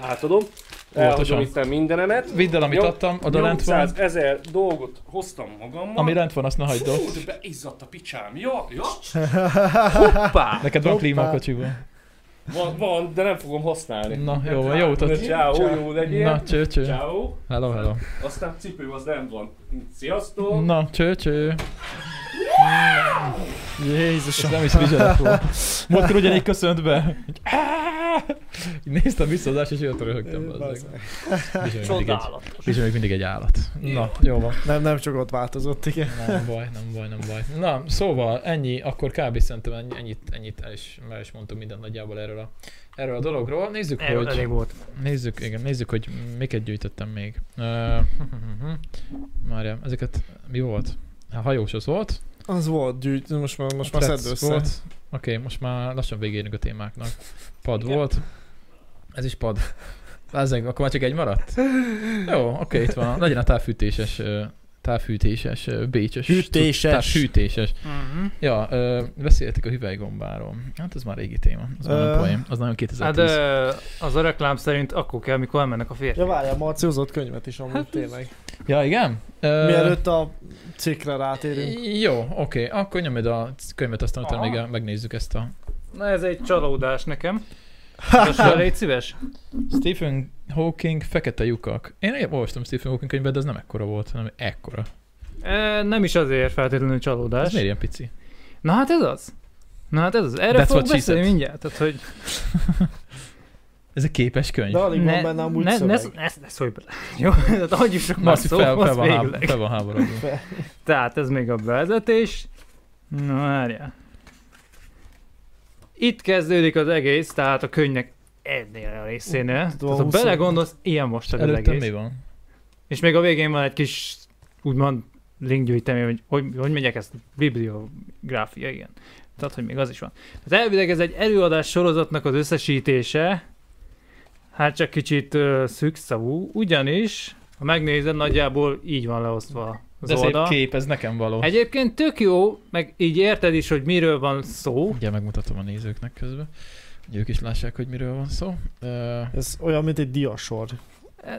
B: Átadom.
A: Óvatosan.
B: Elhagyom itt a mindenemet.
A: Vidd el, amit
B: Jó.
A: adtam, oda lent van.
B: 800 ezer dolgot hoztam magammal.
A: Ami lent van, azt ne hagyd
B: Fú,
A: ott.
B: de beizzadt a picsám. Ja, ja. Hoppá!
A: Neked van
C: Hoppá.
A: klíma a kocsiban.
B: Van, van, de nem fogom használni.
A: Na, jó van, jó
B: Na,
A: utat.
B: Ciao, jó legyél.
A: Na, cső, cső.
B: Ciao.
A: Hello, hello.
B: Aztán cipő az nem van. Sziasztok!
A: Na, cső, cső.
C: Jézusom.
A: Ez nem is vizsgálat volt.
B: (laughs)
A: Múltkor ugyanígy köszönt be. Így, "Áááá!" Így Néztem vissza az és jött röhögtem. bazzeg. Bizony mindig egy-
B: Csodálatos.
A: Bizony még mindig egy állat. Na, jó van.
C: Nem, nem csak ott változott, igen.
A: (laughs) Nem baj, nem baj, nem baj. Na, szóval ennyi, akkor kb. szerintem ennyi- ennyit, ennyit el is, már is mondtunk mindent nagyjából erről a, erről a dologról. Nézzük,
D: Erről
A: hogy...
D: elég volt.
A: Nézzük, igen, nézzük, hogy miket gyűjtöttem még. Uh, (laughs) Mária, ezeket mi volt? A hajós az volt.
C: Az volt gyűjt, most már, most már
B: Hát,
A: Trec
C: szedd össze.
A: volt. Oké, okay, most már lassan végérünk a témáknak. Pad
B: Igen.
A: volt. Ez is pad. (laughs) Lázzeg, akkor már csak egy maradt? Jó, oké, okay, itt van. Legyen a távfűtéses, ö, távfűtéses, ö, bécses.
C: Hűtéses.
A: Távfűtéses.
D: Mhm.
A: Ja, ö, beszéltük a hüvelygombáról. Hát ez már régi téma. Az már
C: Ö,
A: nem poém. Az nagyon
D: Hát
A: 2010.
D: ö, az a reklám szerint akkor kell, amikor elmennek a
C: Ja
D: férfiak.
C: várjál, Marci hozott könyvet is amúgy
D: Hát ez-
C: tényleg.
A: Ja, igen? Ö,
C: Mielőtt a cikkre rátérünk.
A: Jó, oké, akkor nyomj ide a könyvet, aztán utána
D: Aha.
A: még el- megnézzük ezt a...
D: Na ez egy csalódás
A: (laughs)
D: nekem. Most légy szíves.
A: Stephen Hawking fekete lyukak. Én épp olvastam Stephen Hawking könyvet, de ez nem ekkora volt, hanem ekkora.
D: E, nem is azért feltétlenül
A: Ez
D: csalódás.
A: miért ilyen pici?
D: Na hát ez az. Na hát ez az. Erre
A: That's
D: fogok
A: what she
D: beszélni
A: said.
D: mindjárt. Tehát, hogy
A: Ez egy képes könyv.
C: De alig van
D: ne,
C: benne amúgy
D: ne, ne, ne,
C: szöveg.
D: ne, ne szólj bele. (laughs) Jó, tehát adjuk sok már
A: Marci
D: szó,
A: fel, fel,
D: szóval az
A: van háb-
D: végleg.
A: fel van háborodva.
D: (laughs) Tehát ez még a bevezetés. Na várjál. Itt kezdődik az egész, tehát a könyvnek ennél a részénél.
C: Tudom,
D: Tehát ha
C: 20
D: belegondolsz, ilyen most az
A: Előttem
D: egész.
A: mi van?
D: És még a végén van egy kis, úgymond linkgyűjtemény, hogy hogy, hogy megyek ezt, bibliográfia, igen. Tehát, hogy még az is van. Tehát elvileg ez egy előadás sorozatnak az összesítése, hát csak kicsit uh, szűkszavú, ugyanis, ha megnézed, nagyjából így van leosztva az
A: De ez egy
D: oldal.
A: kép, ez nekem való. Egy...
D: Egyébként tök jó, meg így érted is, hogy miről van szó.
A: Ugye megmutatom a nézőknek közben, hogy ők is lássák, hogy miről van szó. Ö,
C: Ez olyan, mint egy diasor.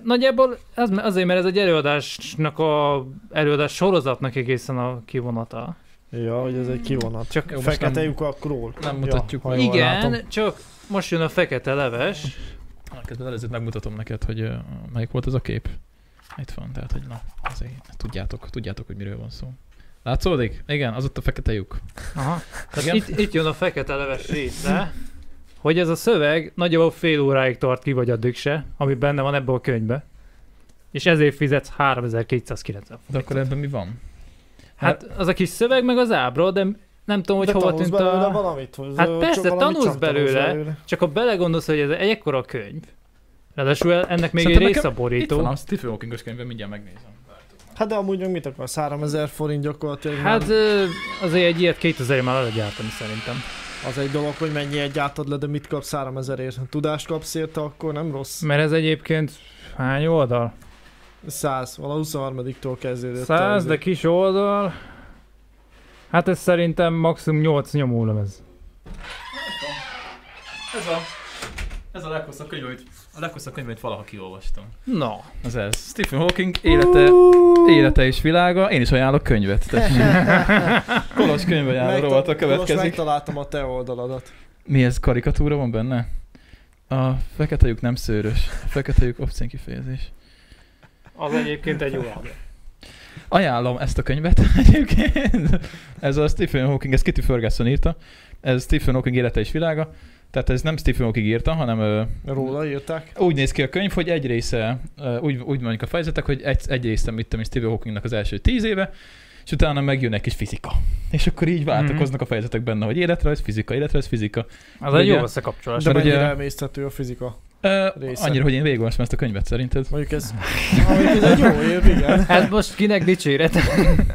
D: Nagyjából az, azért, mert ez egy előadásnak a előadás sorozatnak egészen a kivonata.
C: Ja, hogy ez egy kivonat.
D: Csak
A: Jó, most
C: Fekete
A: nem-
C: lyukakról.
A: nem mutatjuk
C: ja,
A: meg.
C: ha jól
D: Igen,
C: látom.
D: csak most jön a fekete leves.
A: Közben az előzőt megmutatom neked, hogy ö, melyik volt ez a kép. Itt van, tehát hogy na, azért tudjátok, tudjátok, hogy miről van szó. Látszódik? Igen, az ott a fekete lyuk.
D: Aha.
A: Igen.
D: Tehát Hát itt, itt jön a fekete leves része, hogy ez a szöveg nagyjából fél óráig tart ki vagy addig se, ami benne van ebbe a könyvbe. És ezért fizetsz 3290
A: De akkor ebben mi van?
D: Hát az a kis szöveg meg az ábra, de nem tudom, hogy
C: De
D: hova
C: tanulsz
D: tűnt
C: belőle
D: a...
C: valamit, hogy
D: Hát
C: csak
D: persze,
C: valamit
D: tanulsz
C: csak
D: belőle. Csak ha belegondolsz, hogy ez egy ekkora könyv, ráadásul ennek még egy
A: Szerintem
D: része a
A: nekem Itt van
D: borító.
A: a Stephen Hawking-os könyvben, mindjárt megnézem.
C: Hát de amúgy meg mit akarsz? 3000 forint gyakorlatilag.
D: Hát
C: nem-
D: ö, azért egy ilyet 2000 már lehet gyártani szerintem.
C: Az egy dolog, hogy mennyi egy átad le, de mit kapsz 3000 ért. Ha tudást kapsz érte, akkor nem rossz.
D: Mert ez egyébként hány oldal?
C: 100, valahol 23-tól kezdődött.
D: 100,
C: el,
D: de kis oldal. Hát ez szerintem maximum 8 nyomólemez.
A: Ez a, ez a leghosszabb könyv, amit, a leghosszabb könyv, amit valaha kiolvastam.
D: (laughs) Na,
A: Az ez. Stephen Hawking élete, élete és világa. Én is ajánlok könyvet.
C: (laughs)
A: tessék. Kolos könyv ajánló
C: Megta-
A: rovat a
C: Most
A: következik.
C: megtaláltam a te oldaladat.
A: Mi ez? Karikatúra van benne? A fekete lyuk nem szőrös. A fekete lyuk obszén kifejezés.
D: az egyébként egy óra.
A: Ajánlom ezt a könyvet (laughs) egyébként. Ez a Stephen Hawking, ez Kitty Ferguson írta. Ez Stephen Hawking élete és világa. Tehát ez nem Stephen Hawking írta, hanem ö,
C: Róla írták.
A: Úgy néz ki a könyv, hogy egy része, ö, úgy, úgy mondjuk a fejezetek, hogy egy, egy része, mit tudom én, Stephen Hawkingnak az első tíz éve, és utána megjön egy kis fizika. És akkor így váltakoznak a fejezetek benne, hogy életre, ez fizika, életre, ez fizika.
D: Az egy
A: Ugye?
D: jó összekapcsolás.
A: De
C: De
A: ugye-
C: mennyire emészthető a fizika.
A: Ö, Uh,
C: Része.
A: annyira, hogy én végigolvasom ezt a könyvet szerinted.
C: Mondjuk
D: (laughs)
C: ez, mondjuk ez egy jó év, igen.
D: Hát most kinek dicséret?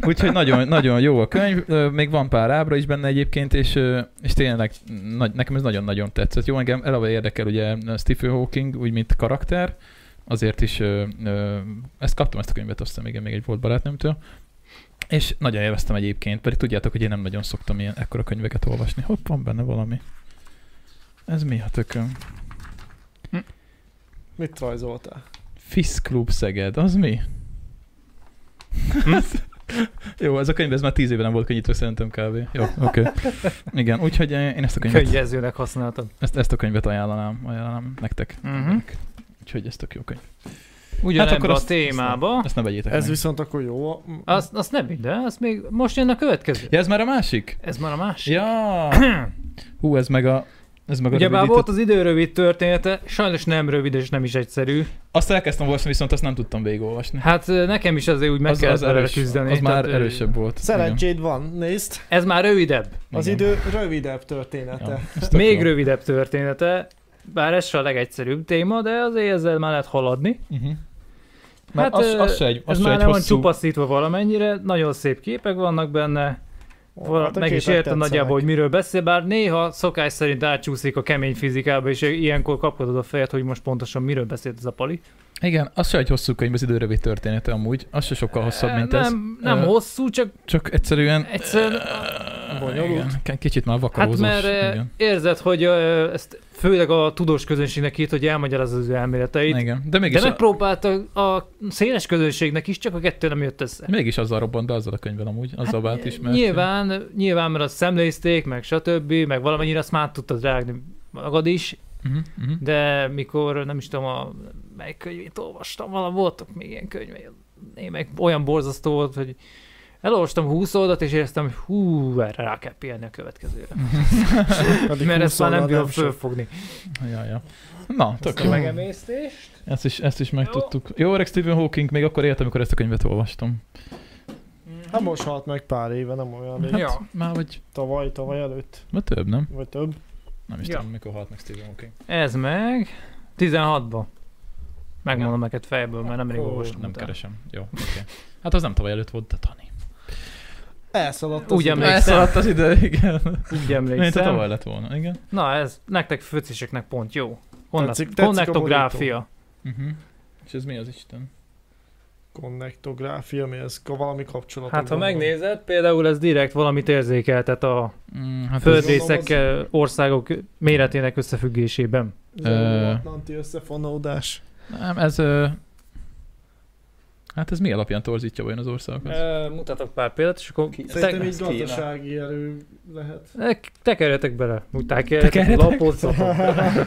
A: Úgyhogy nagyon, nagyon jó a könyv, Ö, még van pár ábra is benne egyébként, és, ö, és tényleg nagy, nekem ez nagyon-nagyon tetszett. Jó, engem eleve érdekel ugye Stephen Hawking, úgy mint karakter, azért is ö, ö, ezt kaptam ezt a könyvet, aztán igen, még egy volt barátnőmtől, és nagyon élveztem egyébként, pedig tudjátok, hogy én nem nagyon szoktam ilyen ekkora könyveket olvasni. Hopp, van benne valami. Ez mi a tököm?
C: Mit rajzoltál?
A: Fisz Klub Szeged, az mi?
D: Hm?
A: (laughs) Jó, ez a könyv, ez már tíz éve nem volt könnyítve, szerintem kb. Jó, oké. Okay. Igen, úgyhogy én ezt a könyvet,
D: Könnyezőnek használtad.
A: ezt, ezt a könyvet ajánlanám, ajánlanám nektek.
D: Mhm.
A: Úgyhogy ez tök jó könyv. Hát
D: Ugyanebben
A: akkor
D: a
A: azt-
D: témába.
A: Ezt ne vegyétek
C: Ez
A: meg.
C: viszont akkor jó.
D: Azt, azt nem ide, azt még most jön a következő.
A: Ja, ez már a másik?
D: Ez már a másik. (clears throat)
A: Ja! Hú, ez meg a... Ez meg a
D: Ugyebár
A: rövidített-
D: volt az idő rövid története, sajnos nem rövid és nem is egyszerű.
A: Azt elkezdtem olvasni, viszont azt nem tudtam végigolvasni.
D: Hát ö, nekem is azért úgy meg
A: az,
D: kellett
A: az,
D: vele
A: erős,
D: küzdeni.
A: az már
D: tehát, ö,
A: erősebb volt. Igen.
C: Szerencséd van, nézd.
D: Ez már rövidebb.
C: Az
A: Igen.
C: idő rövidebb története.
A: Ja, ez tök
D: Még
A: jó.
D: rövidebb története. Bár ez se a legegyszerűbb téma, de azért ezzel már lehet haladni.
A: Mhm. Mert
D: Hát,
A: az,
D: ö,
A: az se egy, az
D: Ez
A: se
D: már
A: egy
D: nem van
A: hosszú...
D: csupaszítva valamennyire, nagyon szép képek vannak benne, Val-
C: Hát a
D: meg is
C: képek
D: értem
C: tetszenek.
D: nagyjából, hogy miről beszél, bár néha szokás szerint átcsúszik a kemény fizikába, és ilyenkor kapkodod a fejed, hogy most pontosan miről beszélt ez a pali.
A: Igen, az se egy hosszú könyv, az időrövid története amúgy. Az se sokkal hosszabb, mint
D: Eh, nem,
A: ez. Eh,
D: Nem
A: Ö,
D: hosszú, csak hát
A: Csak egyszerűen...
D: Egyszerűen-
A: Ö,
C: Bonyolult.
A: igen, k- kicsit már
D: hát
A: vakarózós.
D: mert ö,
A: igen.
D: érzed, hogy ö, ezt főleg a tudós közönségnek itt, hogy elmagyaráz az ő elméleteit,
A: igen. De
D: de
A: mégis, a,
D: megpróbált a, a széles közönségnek is, csak a kettő nem jött össze.
A: mégis azzal robbant be azzal a könyvvel amúgy, azzal hát, vált is, mert...
D: Nyilván, nyilván, mert azt szemlézték, meg stb., meg valamennyire azt már tudtad rágni magad is,
A: Uh-huh, uh-huh.
D: de mikor, nem is tudom, a, mely könyvét olvastam, valami voltak még ilyen könyvei, némek olyan borzasztó volt, hogy elolvastam 20 oldat, és éreztem, hogy hú, erre rá kell pihenni a következőre.
C: (laughs) Pedig
D: mert ezt már nem
C: 20-al
D: bírom
C: sok.
D: fölfogni.
A: Ja, ja. Na, tök
D: Ezt
A: jó.
D: a megemésztést.
A: Ezt is, ezt is megtudtuk. Jó, öreg Stephen Hawking még akkor élt, amikor ezt a könyvet olvastam.
C: Hát most halt meg pár éve, nem olyan rég.
A: Hát,
D: Ja.
A: Már vagy...
C: Tavaly, tavaly előtt,
A: Már több, nem?
C: vagy több.
A: Nem is
D: Ja.
A: tudom, mikor halt meg Stephen Hawking.
D: Ez meg 16-ba. Megmondom neked fejből, mert nemrég
A: Ó,
D: olvastam.
A: Nem
D: utána.
A: keresem. Jó, oké. Hát az nem tavaly előtt volt, de Tani.
C: Elszaladt az
D: Úgy
C: idő.
D: emlékszem.
A: Elszaladt az idő, igen.
D: Úgy
A: Mint a
D: emlékszem.
A: tavaly lett volna, igen.
D: Na ez, nektek főciseknek pont jó.
C: Tetszik-
D: Konnek-
C: tetszik a
D: Konnektográfia.
A: Uh-huh. És ez mi az Isten?
C: Konnektográfia, mi ez? Ka- Valami kapcsolat.
D: Hát ha megnézed, például ez direkt valamit érzékeltet a
A: Mm, hát ez,
C: Földré-
D: földrészek
C: gondolom,
D: eh, országok méretének összefüggésében.
A: Ö.
C: Atlanti összefonódás.
A: nem, ez... ö, Hát ez mi alapján torzítja vajon az országokat?
D: Eh, Mutatok pár példát, és akkor
C: Szerintem
D: te,
C: így gazdasági erő lehet.
D: eh, tekerjetek bele. Úgy tekerjetek,
A: Tekerjetek?
D: lapot szapot
C: (laughs)
D: bele.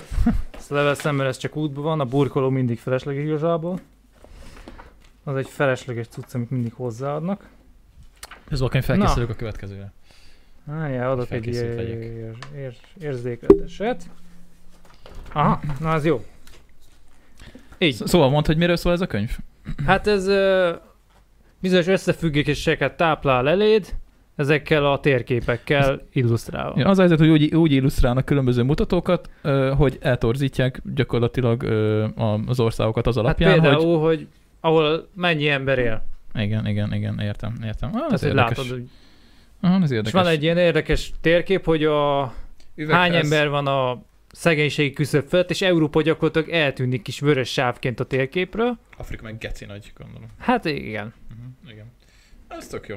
D: Ezt leveszem, mert ez csak útban van, a burkoló mindig felesleges igazából. Az egy felesleges cucc, amit mindig hozzáadnak.
A: Ez valami felkészülök a következőre.
D: Várjál, adok egy
A: Felkészült
D: ér,
A: legyek.
D: ér, ér, érzékleteset. Aha, na az jó. Így.
A: Sz- Szóval mondd, hogy miről szól ez a könyv?
D: Hát ez ö, bizonyos összefüggéseket táplál eléd, ezekkel a térképekkel illusztrálva.
A: Ja, az a helyzet, hogy úgy, úgy illusztrálnak különböző mutatókat, ö, hogy eltorzítják gyakorlatilag ö, a- az országokat az
D: hát
A: alapján, hogy...
D: például, hogy... hogy ahol mennyi ember él.
A: Igen, igen, igen, értem, értem. Ah,
D: Tehát,
A: ez
D: hogy
A: érdekes.
D: látod, hogy...
A: Ah, ez
D: És
A: érdekes.
D: van egy ilyen érdekes térkép, hogy a hány ember van a szegénységi küszöb fölött, és Európa gyakorlatilag eltűnik kis vörös sávként a térképről.
A: Afrika meg geci nagy, gondolom.
D: Hát igen.
A: Uh-huh, igen. Ez tök jó.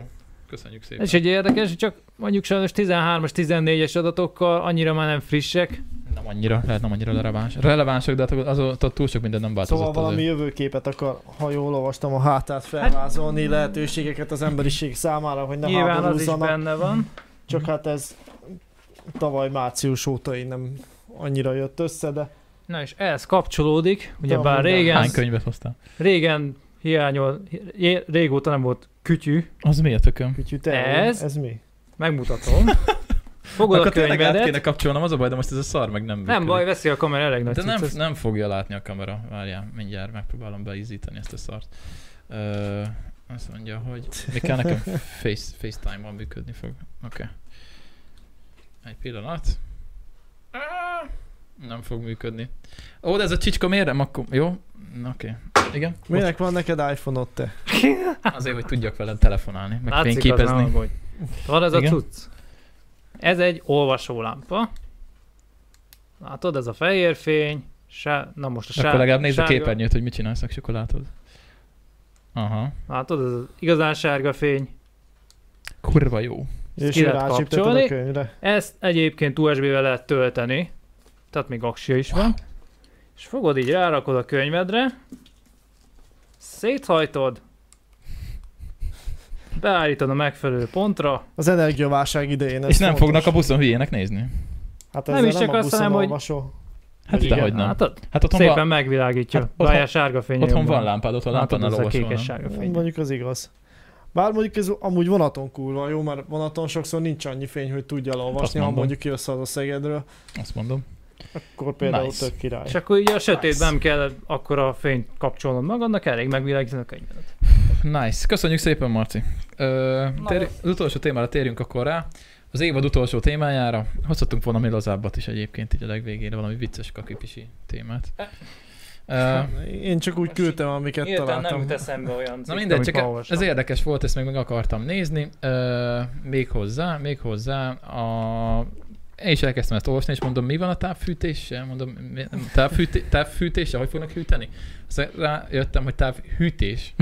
A: Köszönjük szépen.
D: És egy érdekes, csak mondjuk sajnos 13-as, 14-es adatokkal annyira már nem frissek.
A: Nem annyira, lehet nem annyira releváns. relevánsak, de hát azóta túl sok minden nem
D: Hát,
A: változott.
C: Szóval valami
A: azért.
C: jövőképet akar, ha jól olvastam, a hátát felvázolni lehetőségeket az emberiség számára, hogy ne
D: Hát- Nyilván az is
C: háborúzzanak.
D: benne van.
C: Csak hát ez tavaly március óta én nem annyira jött össze, de
D: Na és ehhez kapcsolódik, ugye
C: De
D: bár
C: amúgy nem.
D: régen,
A: Hány könyvet hoztál?
D: régen hiányol, hi- régóta nem volt kütyű,
A: Az mi a tököm?
C: kütyű te,
D: Ez?
C: ez mi?
A: (laughs)
D: megmutatom. Fogod a
A: Akkor tényleg át kéne
D: könyvedet,
A: kapcsolnom, az a baj, de most ez a szar meg nem
D: nem
A: működik.
D: baj, veszi a kamera elég nagy
A: De nem,
D: cucc.
A: nem fogja látni a kamera. Várjál, mindjárt megpróbálom beizítani ezt a szart. Ö, azt mondja,
D: (laughs)
A: hogy mi kell nekem face, FaceTime-ban működni fog. Oké. Okay. Egy pillanat. Á, Nem fog működni. Ó, de ez a csicska miért nem? Akkor... Jó? Na, Oké. Okay. Igen?
C: Minek van neked iPhone-od te?
A: Azért, hogy tudjak veled telefonálni, meg
D: Látszik az nem,
A: fényképezni.
D: hogy van ez a
A: Igen.
D: cucc. Ez egy olvasólámpa. Látod, ez a fehér fény. Sá... Na most a sár...
A: Akkor legalább nézd a
D: sárga-
A: képernyőt, hogy mit csinálsz a chokolátod. Aha.
D: Látod, ez az igazán sárga fény.
A: Kurva jó.
D: Ezt
C: És
D: ki lehet
C: rácsíptetted
D: kapcsolni.
C: a könyvre.
D: Ezt egyébként USB-vel lehet tölteni, tehát még aksia is van. És fogod így rárakod a könyvedre, széthajtod, beállítod a megfelelő pontra,
C: Az energiaválság idején. ez
A: És nem
C: fontos.
A: fognak a buszon hülyének nézni.
C: Hát
D: Nem
C: ezzel
D: is csak
C: a
D: azt,
C: buszon
D: hanem, hogy-
C: olvasol.
A: Hát
C: Igen,
A: dehogy nem.
D: látod?
A: Hát otthon
D: Szépen
A: van,
D: megvilágítja,
A: Hát
D: hát,
A: otthon-
D: otthon, sárga fény.
A: otthon
D: jobban.
A: van lámpád, otthon
D: Látod,
A: lámpánál
D: ez a
A: olvasol. nem?
D: kékes sárga fény.
C: Mondjuk az igaz. Bár mondjuk ez amúgy vonaton kurva jó, mert vonaton sokszor nincs annyi fény, hogy tudja
A: Azt
C: olvasni, ha
A: mondom.
C: mondjuk jössz haza Szegedről,
A: Azt mondom.
C: akkor például
A: Nice.
C: nice. tök király.
D: És akkor ugye a
A: Nice.
D: sötétben nem kell akkor a fényt kapcsolnod magadnak, elég megvilágítani a könyvedet.
A: Nice. Köszönjük szépen, Marci. Ö, tér, az utolsó témára térjünk akkor rá. Az évad utolsó témájára. Hozhattunk volna mi lazábbat is egyébként, így a legvégére valami vicces kakipisi témát. Ö,
C: Én csak úgy küldtem, amiket találtam.
D: eszembe olyan
A: Na mindegy, csak e- ez érdekes volt, ezt még meg akartam nézni. Ö, még hozzá, még hozzá a... Én is elkezdtem ezt olvasni, és mondom, mi van a tápfűtéssel? Mondom, mi- tápfűté, tápfűtéssel? Hogy fognak hűteni? Aztán rájöttem, hogy
C: (laughs)
A: távhűtés.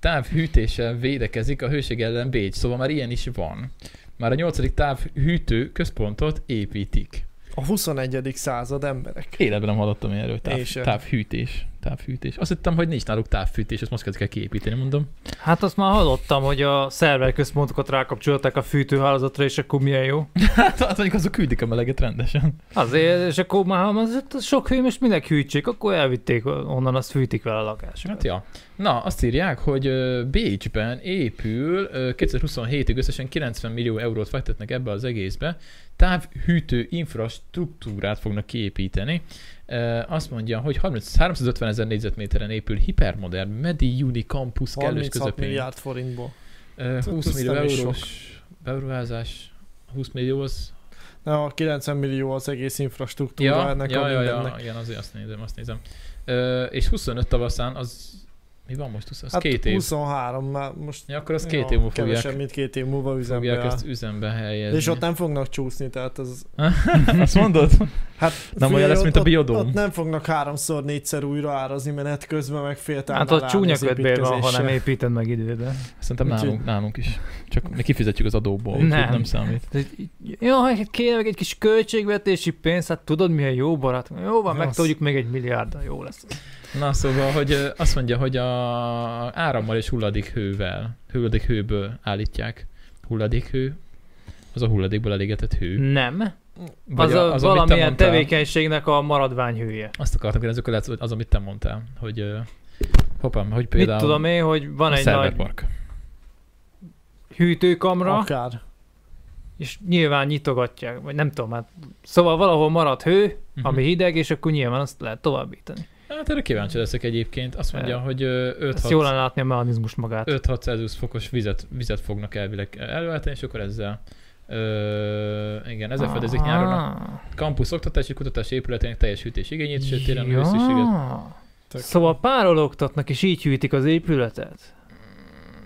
A: Távhűtéssel védekezik a hőség ellen Bécs, szóval már ilyen is van. Már a nyolcadik távhűtő központot építik.
C: A 21. század emberek.
A: Életben nem hallottam ilyenről, hogy
C: Én
A: táv,
C: sem.
A: távhűtés. Távhűtés. Azt hittem, hogy nincs náluk távfűtés, ezt most kezdik el kiépíteni, mondom.
D: Hát azt már hallottam, hogy a szerver központokat rákapcsolták a fűtőhálózatra, és akkor milyen jó.
A: Hát mondjuk azok küldik a meleget rendesen.
D: Azért, és akkor már az, az sok hőm, és minek hűtsék, akkor elvitték onnan, azt fűtik vele a lakást.
A: Hát ja. Na, azt írják, hogy ö, Bécsben épül, ö, 2027-ig összesen 90 millió eurót fektetnek ebbe az egészbe, távhűtő infrastruktúrát fognak kiépíteni. Ö, Azt mondja, hogy 30, 350 ezer négyzetméteren épül hipermodern Mediuni Campus kellős
C: 36
A: közepén.
C: milliárd forintból.
A: Ö,
C: Ez
A: 20 millió
C: nem is sok.
A: eurós beruházás, 20 millió az...
C: Na, a 90 millió az egész infrastruktúra ja, ennek ja, a
A: ja,
C: mindennek.
A: ja, igen, azért azt nézem, azt nézem. Ö, és 25 tavaszán az... Mi van most? 20, az hát két év.
C: 23, már most
A: Ja, akkor az
C: ja,
A: két év múlva
C: Kevesebb,
A: fogják,
C: mint két év múlva üzembe
A: fogják
C: áll.
A: ezt üzembe helyezni.
C: És ott nem fognak csúszni, tehát az...
A: (laughs) Azt mondod?
C: Hát,
A: olyan lesz,
C: ott-
A: mint a
C: ott-
A: biodóm.
C: Ott nem fognak háromszor, négyszer újra árazni menet közben, meg féltán
D: Hát ott csúnya kötbér van, ha nem építed meg időben.
A: Szerintem
C: Úgyhogy-
A: nálunk, nálunk is. Csak mi kifizetjük az adóból, nem.
D: Nem.
A: nem számít.
D: Jaj, hát kérek egy kis költségvetési pénzt, hát tudod milyen jó barát. Jó van,
A: Az.
D: megtudjuk még egy milliárddal, jó lesz.
A: Na szóval, hogy ö, azt mondja, hogy a árammal és hulladékhővel, hulladékhőből állítják. Hulladékhő? Az a hulladékból elégetett
D: Hmm.
A: hő.
D: Nem,
A: Vagy
D: az, a, az
A: amit te
D: valamilyen
A: mondtál.
D: tevékenységnek a maradványhője.
A: Azt akartam kérdezni, akkor lehet, hogy az, amit te mondtál, hogy ö, hoppám, hogy
D: Mit
A: például
D: tudom én, hogy van
A: a
D: egy nagy
A: szerverpark.
D: hűtőkamra,
C: Akár.
D: és nyilván nyitogatják, vagy nem tudom, hát szóval valahol marad hő,
A: Mhm.
D: ami hideg, és akkor nyilván azt lehet továbbítani.
A: Hát erre kíváncsi leszek egyébként. Azt mondja,
D: Eh,
A: hogy
D: Ezt
A: 5-6
D: jól lenne látni a mechanizmus magát.
A: 5-6 Celsius fokos vizet, vizet fognak elvileg előállítani, és akkor ezzel ö, igen, ezzel fedezik
D: Ah.
A: nyáron a kampusz oktatási kutatási épületének teljes hűtés igényét, sőt télen a hőszükséget.
C: Tök.
D: Szóval párologtatnak, és így hűtik az épületet.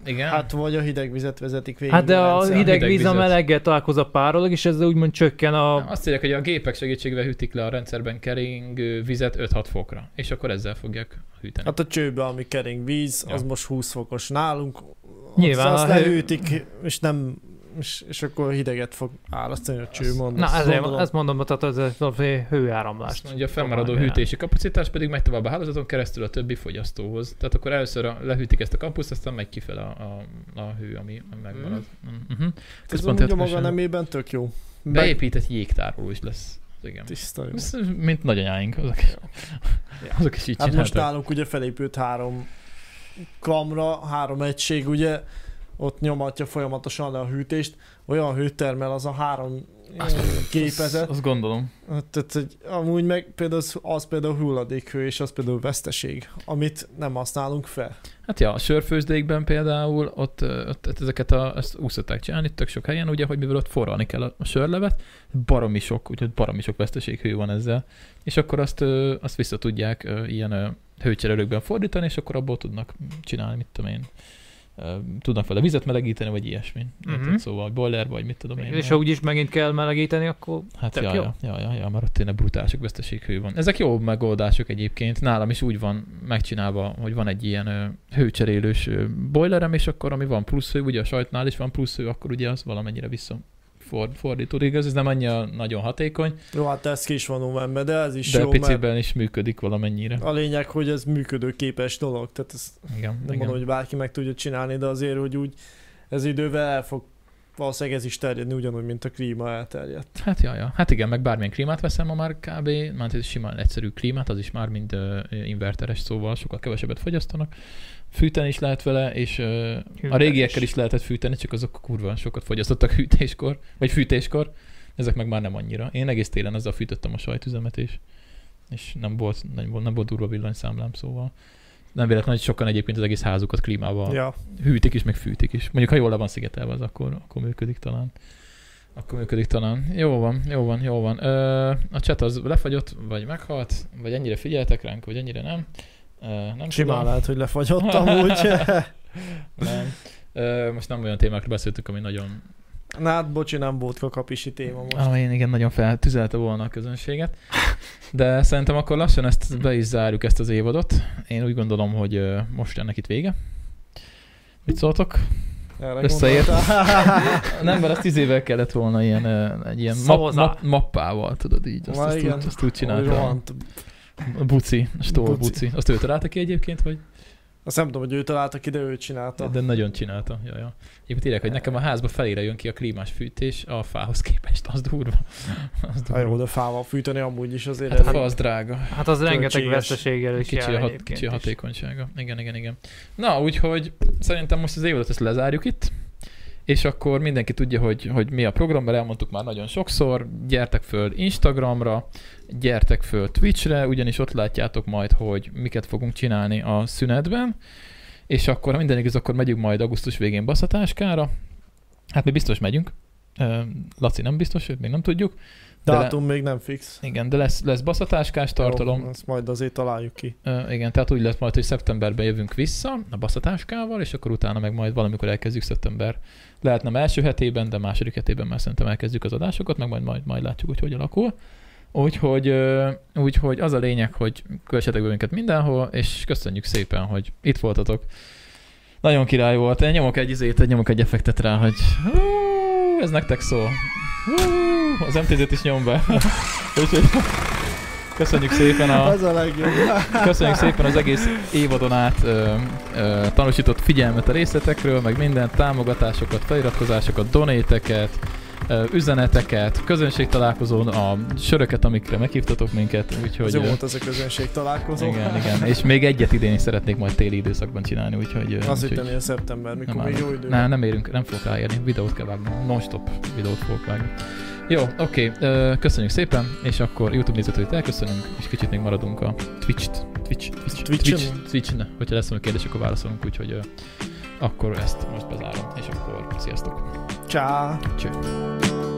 A: Igen, hát,
C: Hát vagy a hideg vizet vezetik végig.
D: Hát de a
C: rendszer.
D: hideg víz a
A: Hidegvizet.
D: meleggel találkoz a párolog, és ezzel úgymond csökken a...
A: azt írják, hogy a gépek segítségével hűtik le a rendszerben keringő vizet 5-6 fokra, és akkor ezzel fogják hűteni. Hát,
C: Hát a csőbe, ami kering víz, az
A: Ja.
C: most 20 fokos nálunk.
D: Nyilván
C: Azt, azt
D: a hő-
C: lehűtik, és nem és, és akkor hideget fog árasztani a cső,
A: Azt-
C: mondom.
D: Na, ezért
C: Gondolom.
D: ezt mondom, tehát ez ez a hőáramlás.
A: azt mondja, a fennmaradó hűtési kapacitás pedig megy tovább a hálózaton keresztül a többi fogyasztóhoz. Tehát akkor először a, lehűtik ezt a kampuszt, aztán megy kifele a, a, a hő, ami megmarad. Mm-hmm.
C: Ez
A: Központi
C: amúgy a maga
A: hatóság.
C: nemében tök jó. Mhm. Meg
A: Beépített jégtároló is lesz. Az Igen.
C: tiszta jó.
A: Ez, Mint nagyanyáink, azok, azok is így
C: Hát most
A: csináltak.
C: nálunk ugye felépült három kamra, három egység, ugye ott nyomatja folyamatosan le a hűtést, olyan hőt termel az a három
A: Azt-
C: eh, gépezet,
A: Azt, azt gondolom.
C: Hát, Tehát, hogy amúgy meg például az, az például hulladékhő, és az például veszteség, amit nem használunk fel.
A: Hát ja, a sörfőzdékben például ott, ö, ott, ott ezeket a, ezt úgy szokták csinálni, tök sok helyen, ugye, hogy mivel ott forralni kell a, a sörlevet, baromi sok, úgyhogy baromi sok veszteséghő van ezzel, és akkor azt, ö, azt vissza tudják ö, ilyen ö, hőcserélőkben fordítani, és akkor abból tudnak csinálni, mit tudom én, ö, tudnak vele vizet melegíteni, vagy ilyesmi.
D: Mhm.
A: Mm-hmm. Szóval boiler, vagy mit tudom én.
D: És ha úgyis megint kell melegíteni, akkor
A: Hát
D: Tök
A: jaj,
D: jó.
A: jaj, jaj, jaj, mert ott tényleg brutál sok veszteséghő van. Ezek jó megoldások egyébként. Nálam is úgy van megcsinálva, hogy van egy ilyen ö, hőcserélős ö, boilerem, és akkor ami van plusz hő, ugye a sajtnál is van plusz hő, akkor ugye az valamennyire vissza ford, fordítódik. Igaz, ez nem annyira nagyon hatékony,
C: Jó, hát ez ki is van umenve, de ez is
A: de
C: jó,
A: piciben is működik valamennyire.
C: mert a lényeg, hogy ez működőképes dolog, tehát ezt
A: Igen,
C: nem
A: igen.
C: mondom, hogy bárki meg tudja csinálni, de azért, hogy úgy ez idővel el fog valószínűleg ez is terjedni, ugyanúgy, mint a klíma elterjedt.
A: Hát jaj, ja. hát igen, meg bármilyen klímát veszem ma már kb. Már ez simán egyszerű klímát, az is már mind ö, inverteres, szóval sokkal kevesebbet fogyasztanak. Fűteni is lehet vele, és ö, a régiekkel is lehetett fűteni, csak azok kurva sokat fogyasztottak (laughs) hűtéskor, vagy fűtéskor. Ezek meg már nem annyira. Én egész télen azzal fűtöttem a sajtüzemet is, és nem volt, nem volt, nem volt durva villanyszámlám, szóval nem véletlen, hogy sokan egyébként az egész házukat klímával
C: Ja.
A: hűtik is, meg fűtik is. Mondjuk, ha jól le van szigetelve, az akkor, akkor működik talán. Akkor működik talán. Jó van, jó van, jó van. Ö, a chat az lefagyott, vagy meghalt, vagy ennyire figyeltek ránk, vagy ennyire nem. Ö, nem
C: Simán
A: tudom.
C: lehet, hogy
A: (laughs)
C: lefagyott amúgy.
A: Nem. Ö, most nem olyan témákról beszéltük, ami nagyon...
C: Na hát, bocsi, nem volt kakapisi téma most.
A: Ami igen, nagyon feltüzelte volna a közönséget. De szerintem akkor lassan ezt be is zárjuk, ezt az évadot. Én úgy gondolom, hogy ö, most ennek itt vége. Mit szóltok?
C: Erre
A: Összeért.
C: (laughs) gondoltál.
A: Nem, mert az tíz évvel kellett volna ilyen, ö, egy ilyen map,
D: Szavazás.
A: map, mappával, tudod így. Azt,
C: Na
A: azt, úgy,
C: igen.
A: azt úgy csinálta.
C: Rohant
A: A Buci, a Stól
C: Buci.
A: Buci. Azt ő találta ki egyébként, vagy?
C: Azt nem tudom, hogy ő találta ki, de ő csinálta.
A: De nagyon csinálta. Jaj, jaj. Egyébként írják, hogy nekem a házba felére jön ki a klímás fűtés a fához képest. Az durva. Az
C: Ha
A: durva.
C: jó, de fával fűteni amúgy is azért.
A: Hát a
C: elég-
A: fa az drága.
D: Hát az rengeteg
C: Költséges.
D: veszteséggel is
A: Kicsi
D: jár
A: a, hat,
D: egyébként
A: kicsi a
D: is.
A: hatékonysága. Igen, igen, igen. Na, úgyhogy szerintem most az évadot ezt lezárjuk itt, és akkor mindenki tudja, hogy, hogy mi a program, mert elmondtuk már nagyon sokszor. Gyertek föl Instagramra, gyertek föl Twitchre, ugyanis ott látjátok majd, hogy miket fogunk csinálni a szünetben, és akkor, ha minden igaz, akkor megyünk majd augusztus végén baszatáskára. Hát mi biztos megyünk. Ö, Laci nem biztos, őt még nem tudjuk. De le-
C: Dátum még nem fix.
A: Igen, de lesz, lesz baszatáskás tartalom,
C: Jó, ezt majd azért találjuk ki.
A: Ö, igen, tehát úgy lett majd, hogy szeptemberben jövünk vissza a baszatáskával, és akkor utána meg majd valamikor elkezdjük szeptember. Lehet nem első hetében, de második hetében már szerintem elkezdjük az adásokat, meg majd majd, majd látjuk, hogy hogy alakul. Úgyhogy, ö, úgyhogy az a lényeg, hogy kövessetek be minket mindenhol, és köszönjük szépen, hogy itt voltatok. Nagyon király volt. Én nyomok egy izét, én nyomok egy effektet rá, hogy hú, ez nektek szól. Hú, az MTZ-t is nyom be. (laughs) Úgyhogy köszönjük szépen a...
C: Ez a legjobb.
A: Köszönjük szépen az egész évadon át ö, ö, tanúsított figyelmet a részletekről, meg minden támogatásokat, feliratkozásokat, donéteket, ö, üzeneteket, közönségtalálkozón a söröket, amikre meghívtatok minket,
C: Ez
A: úgyhogy...
C: jó
A: ö,
C: volt ez a közönség találkozó.
A: igen, igen. És még egyet idén is szeretnék majd téli időszakban csinálni, úgyhogy... ö,
C: Azt
A: úgyhogy
C: hittem, hogy a szeptember, mikor
A: nem
C: még
A: állok.
C: jó idő.
A: Nem, nem érünk, nem fogok ráérni. Videót kell vágnom. Non-stop videót fogok vágni. Jó, oké, okay, köszönjük szépen, és akkor YouTube nézőtőt elköszönünk, és kicsit még maradunk a Twitch-t. Twitch, Twitch,
C: Twitchen?
A: Twitch, Twitch, hogyha lesz valami kérdés, akkor válaszolunk, úgyhogy ö, akkor ezt most bezárom, és akkor sziasztok.
C: Csá.
A: Cső.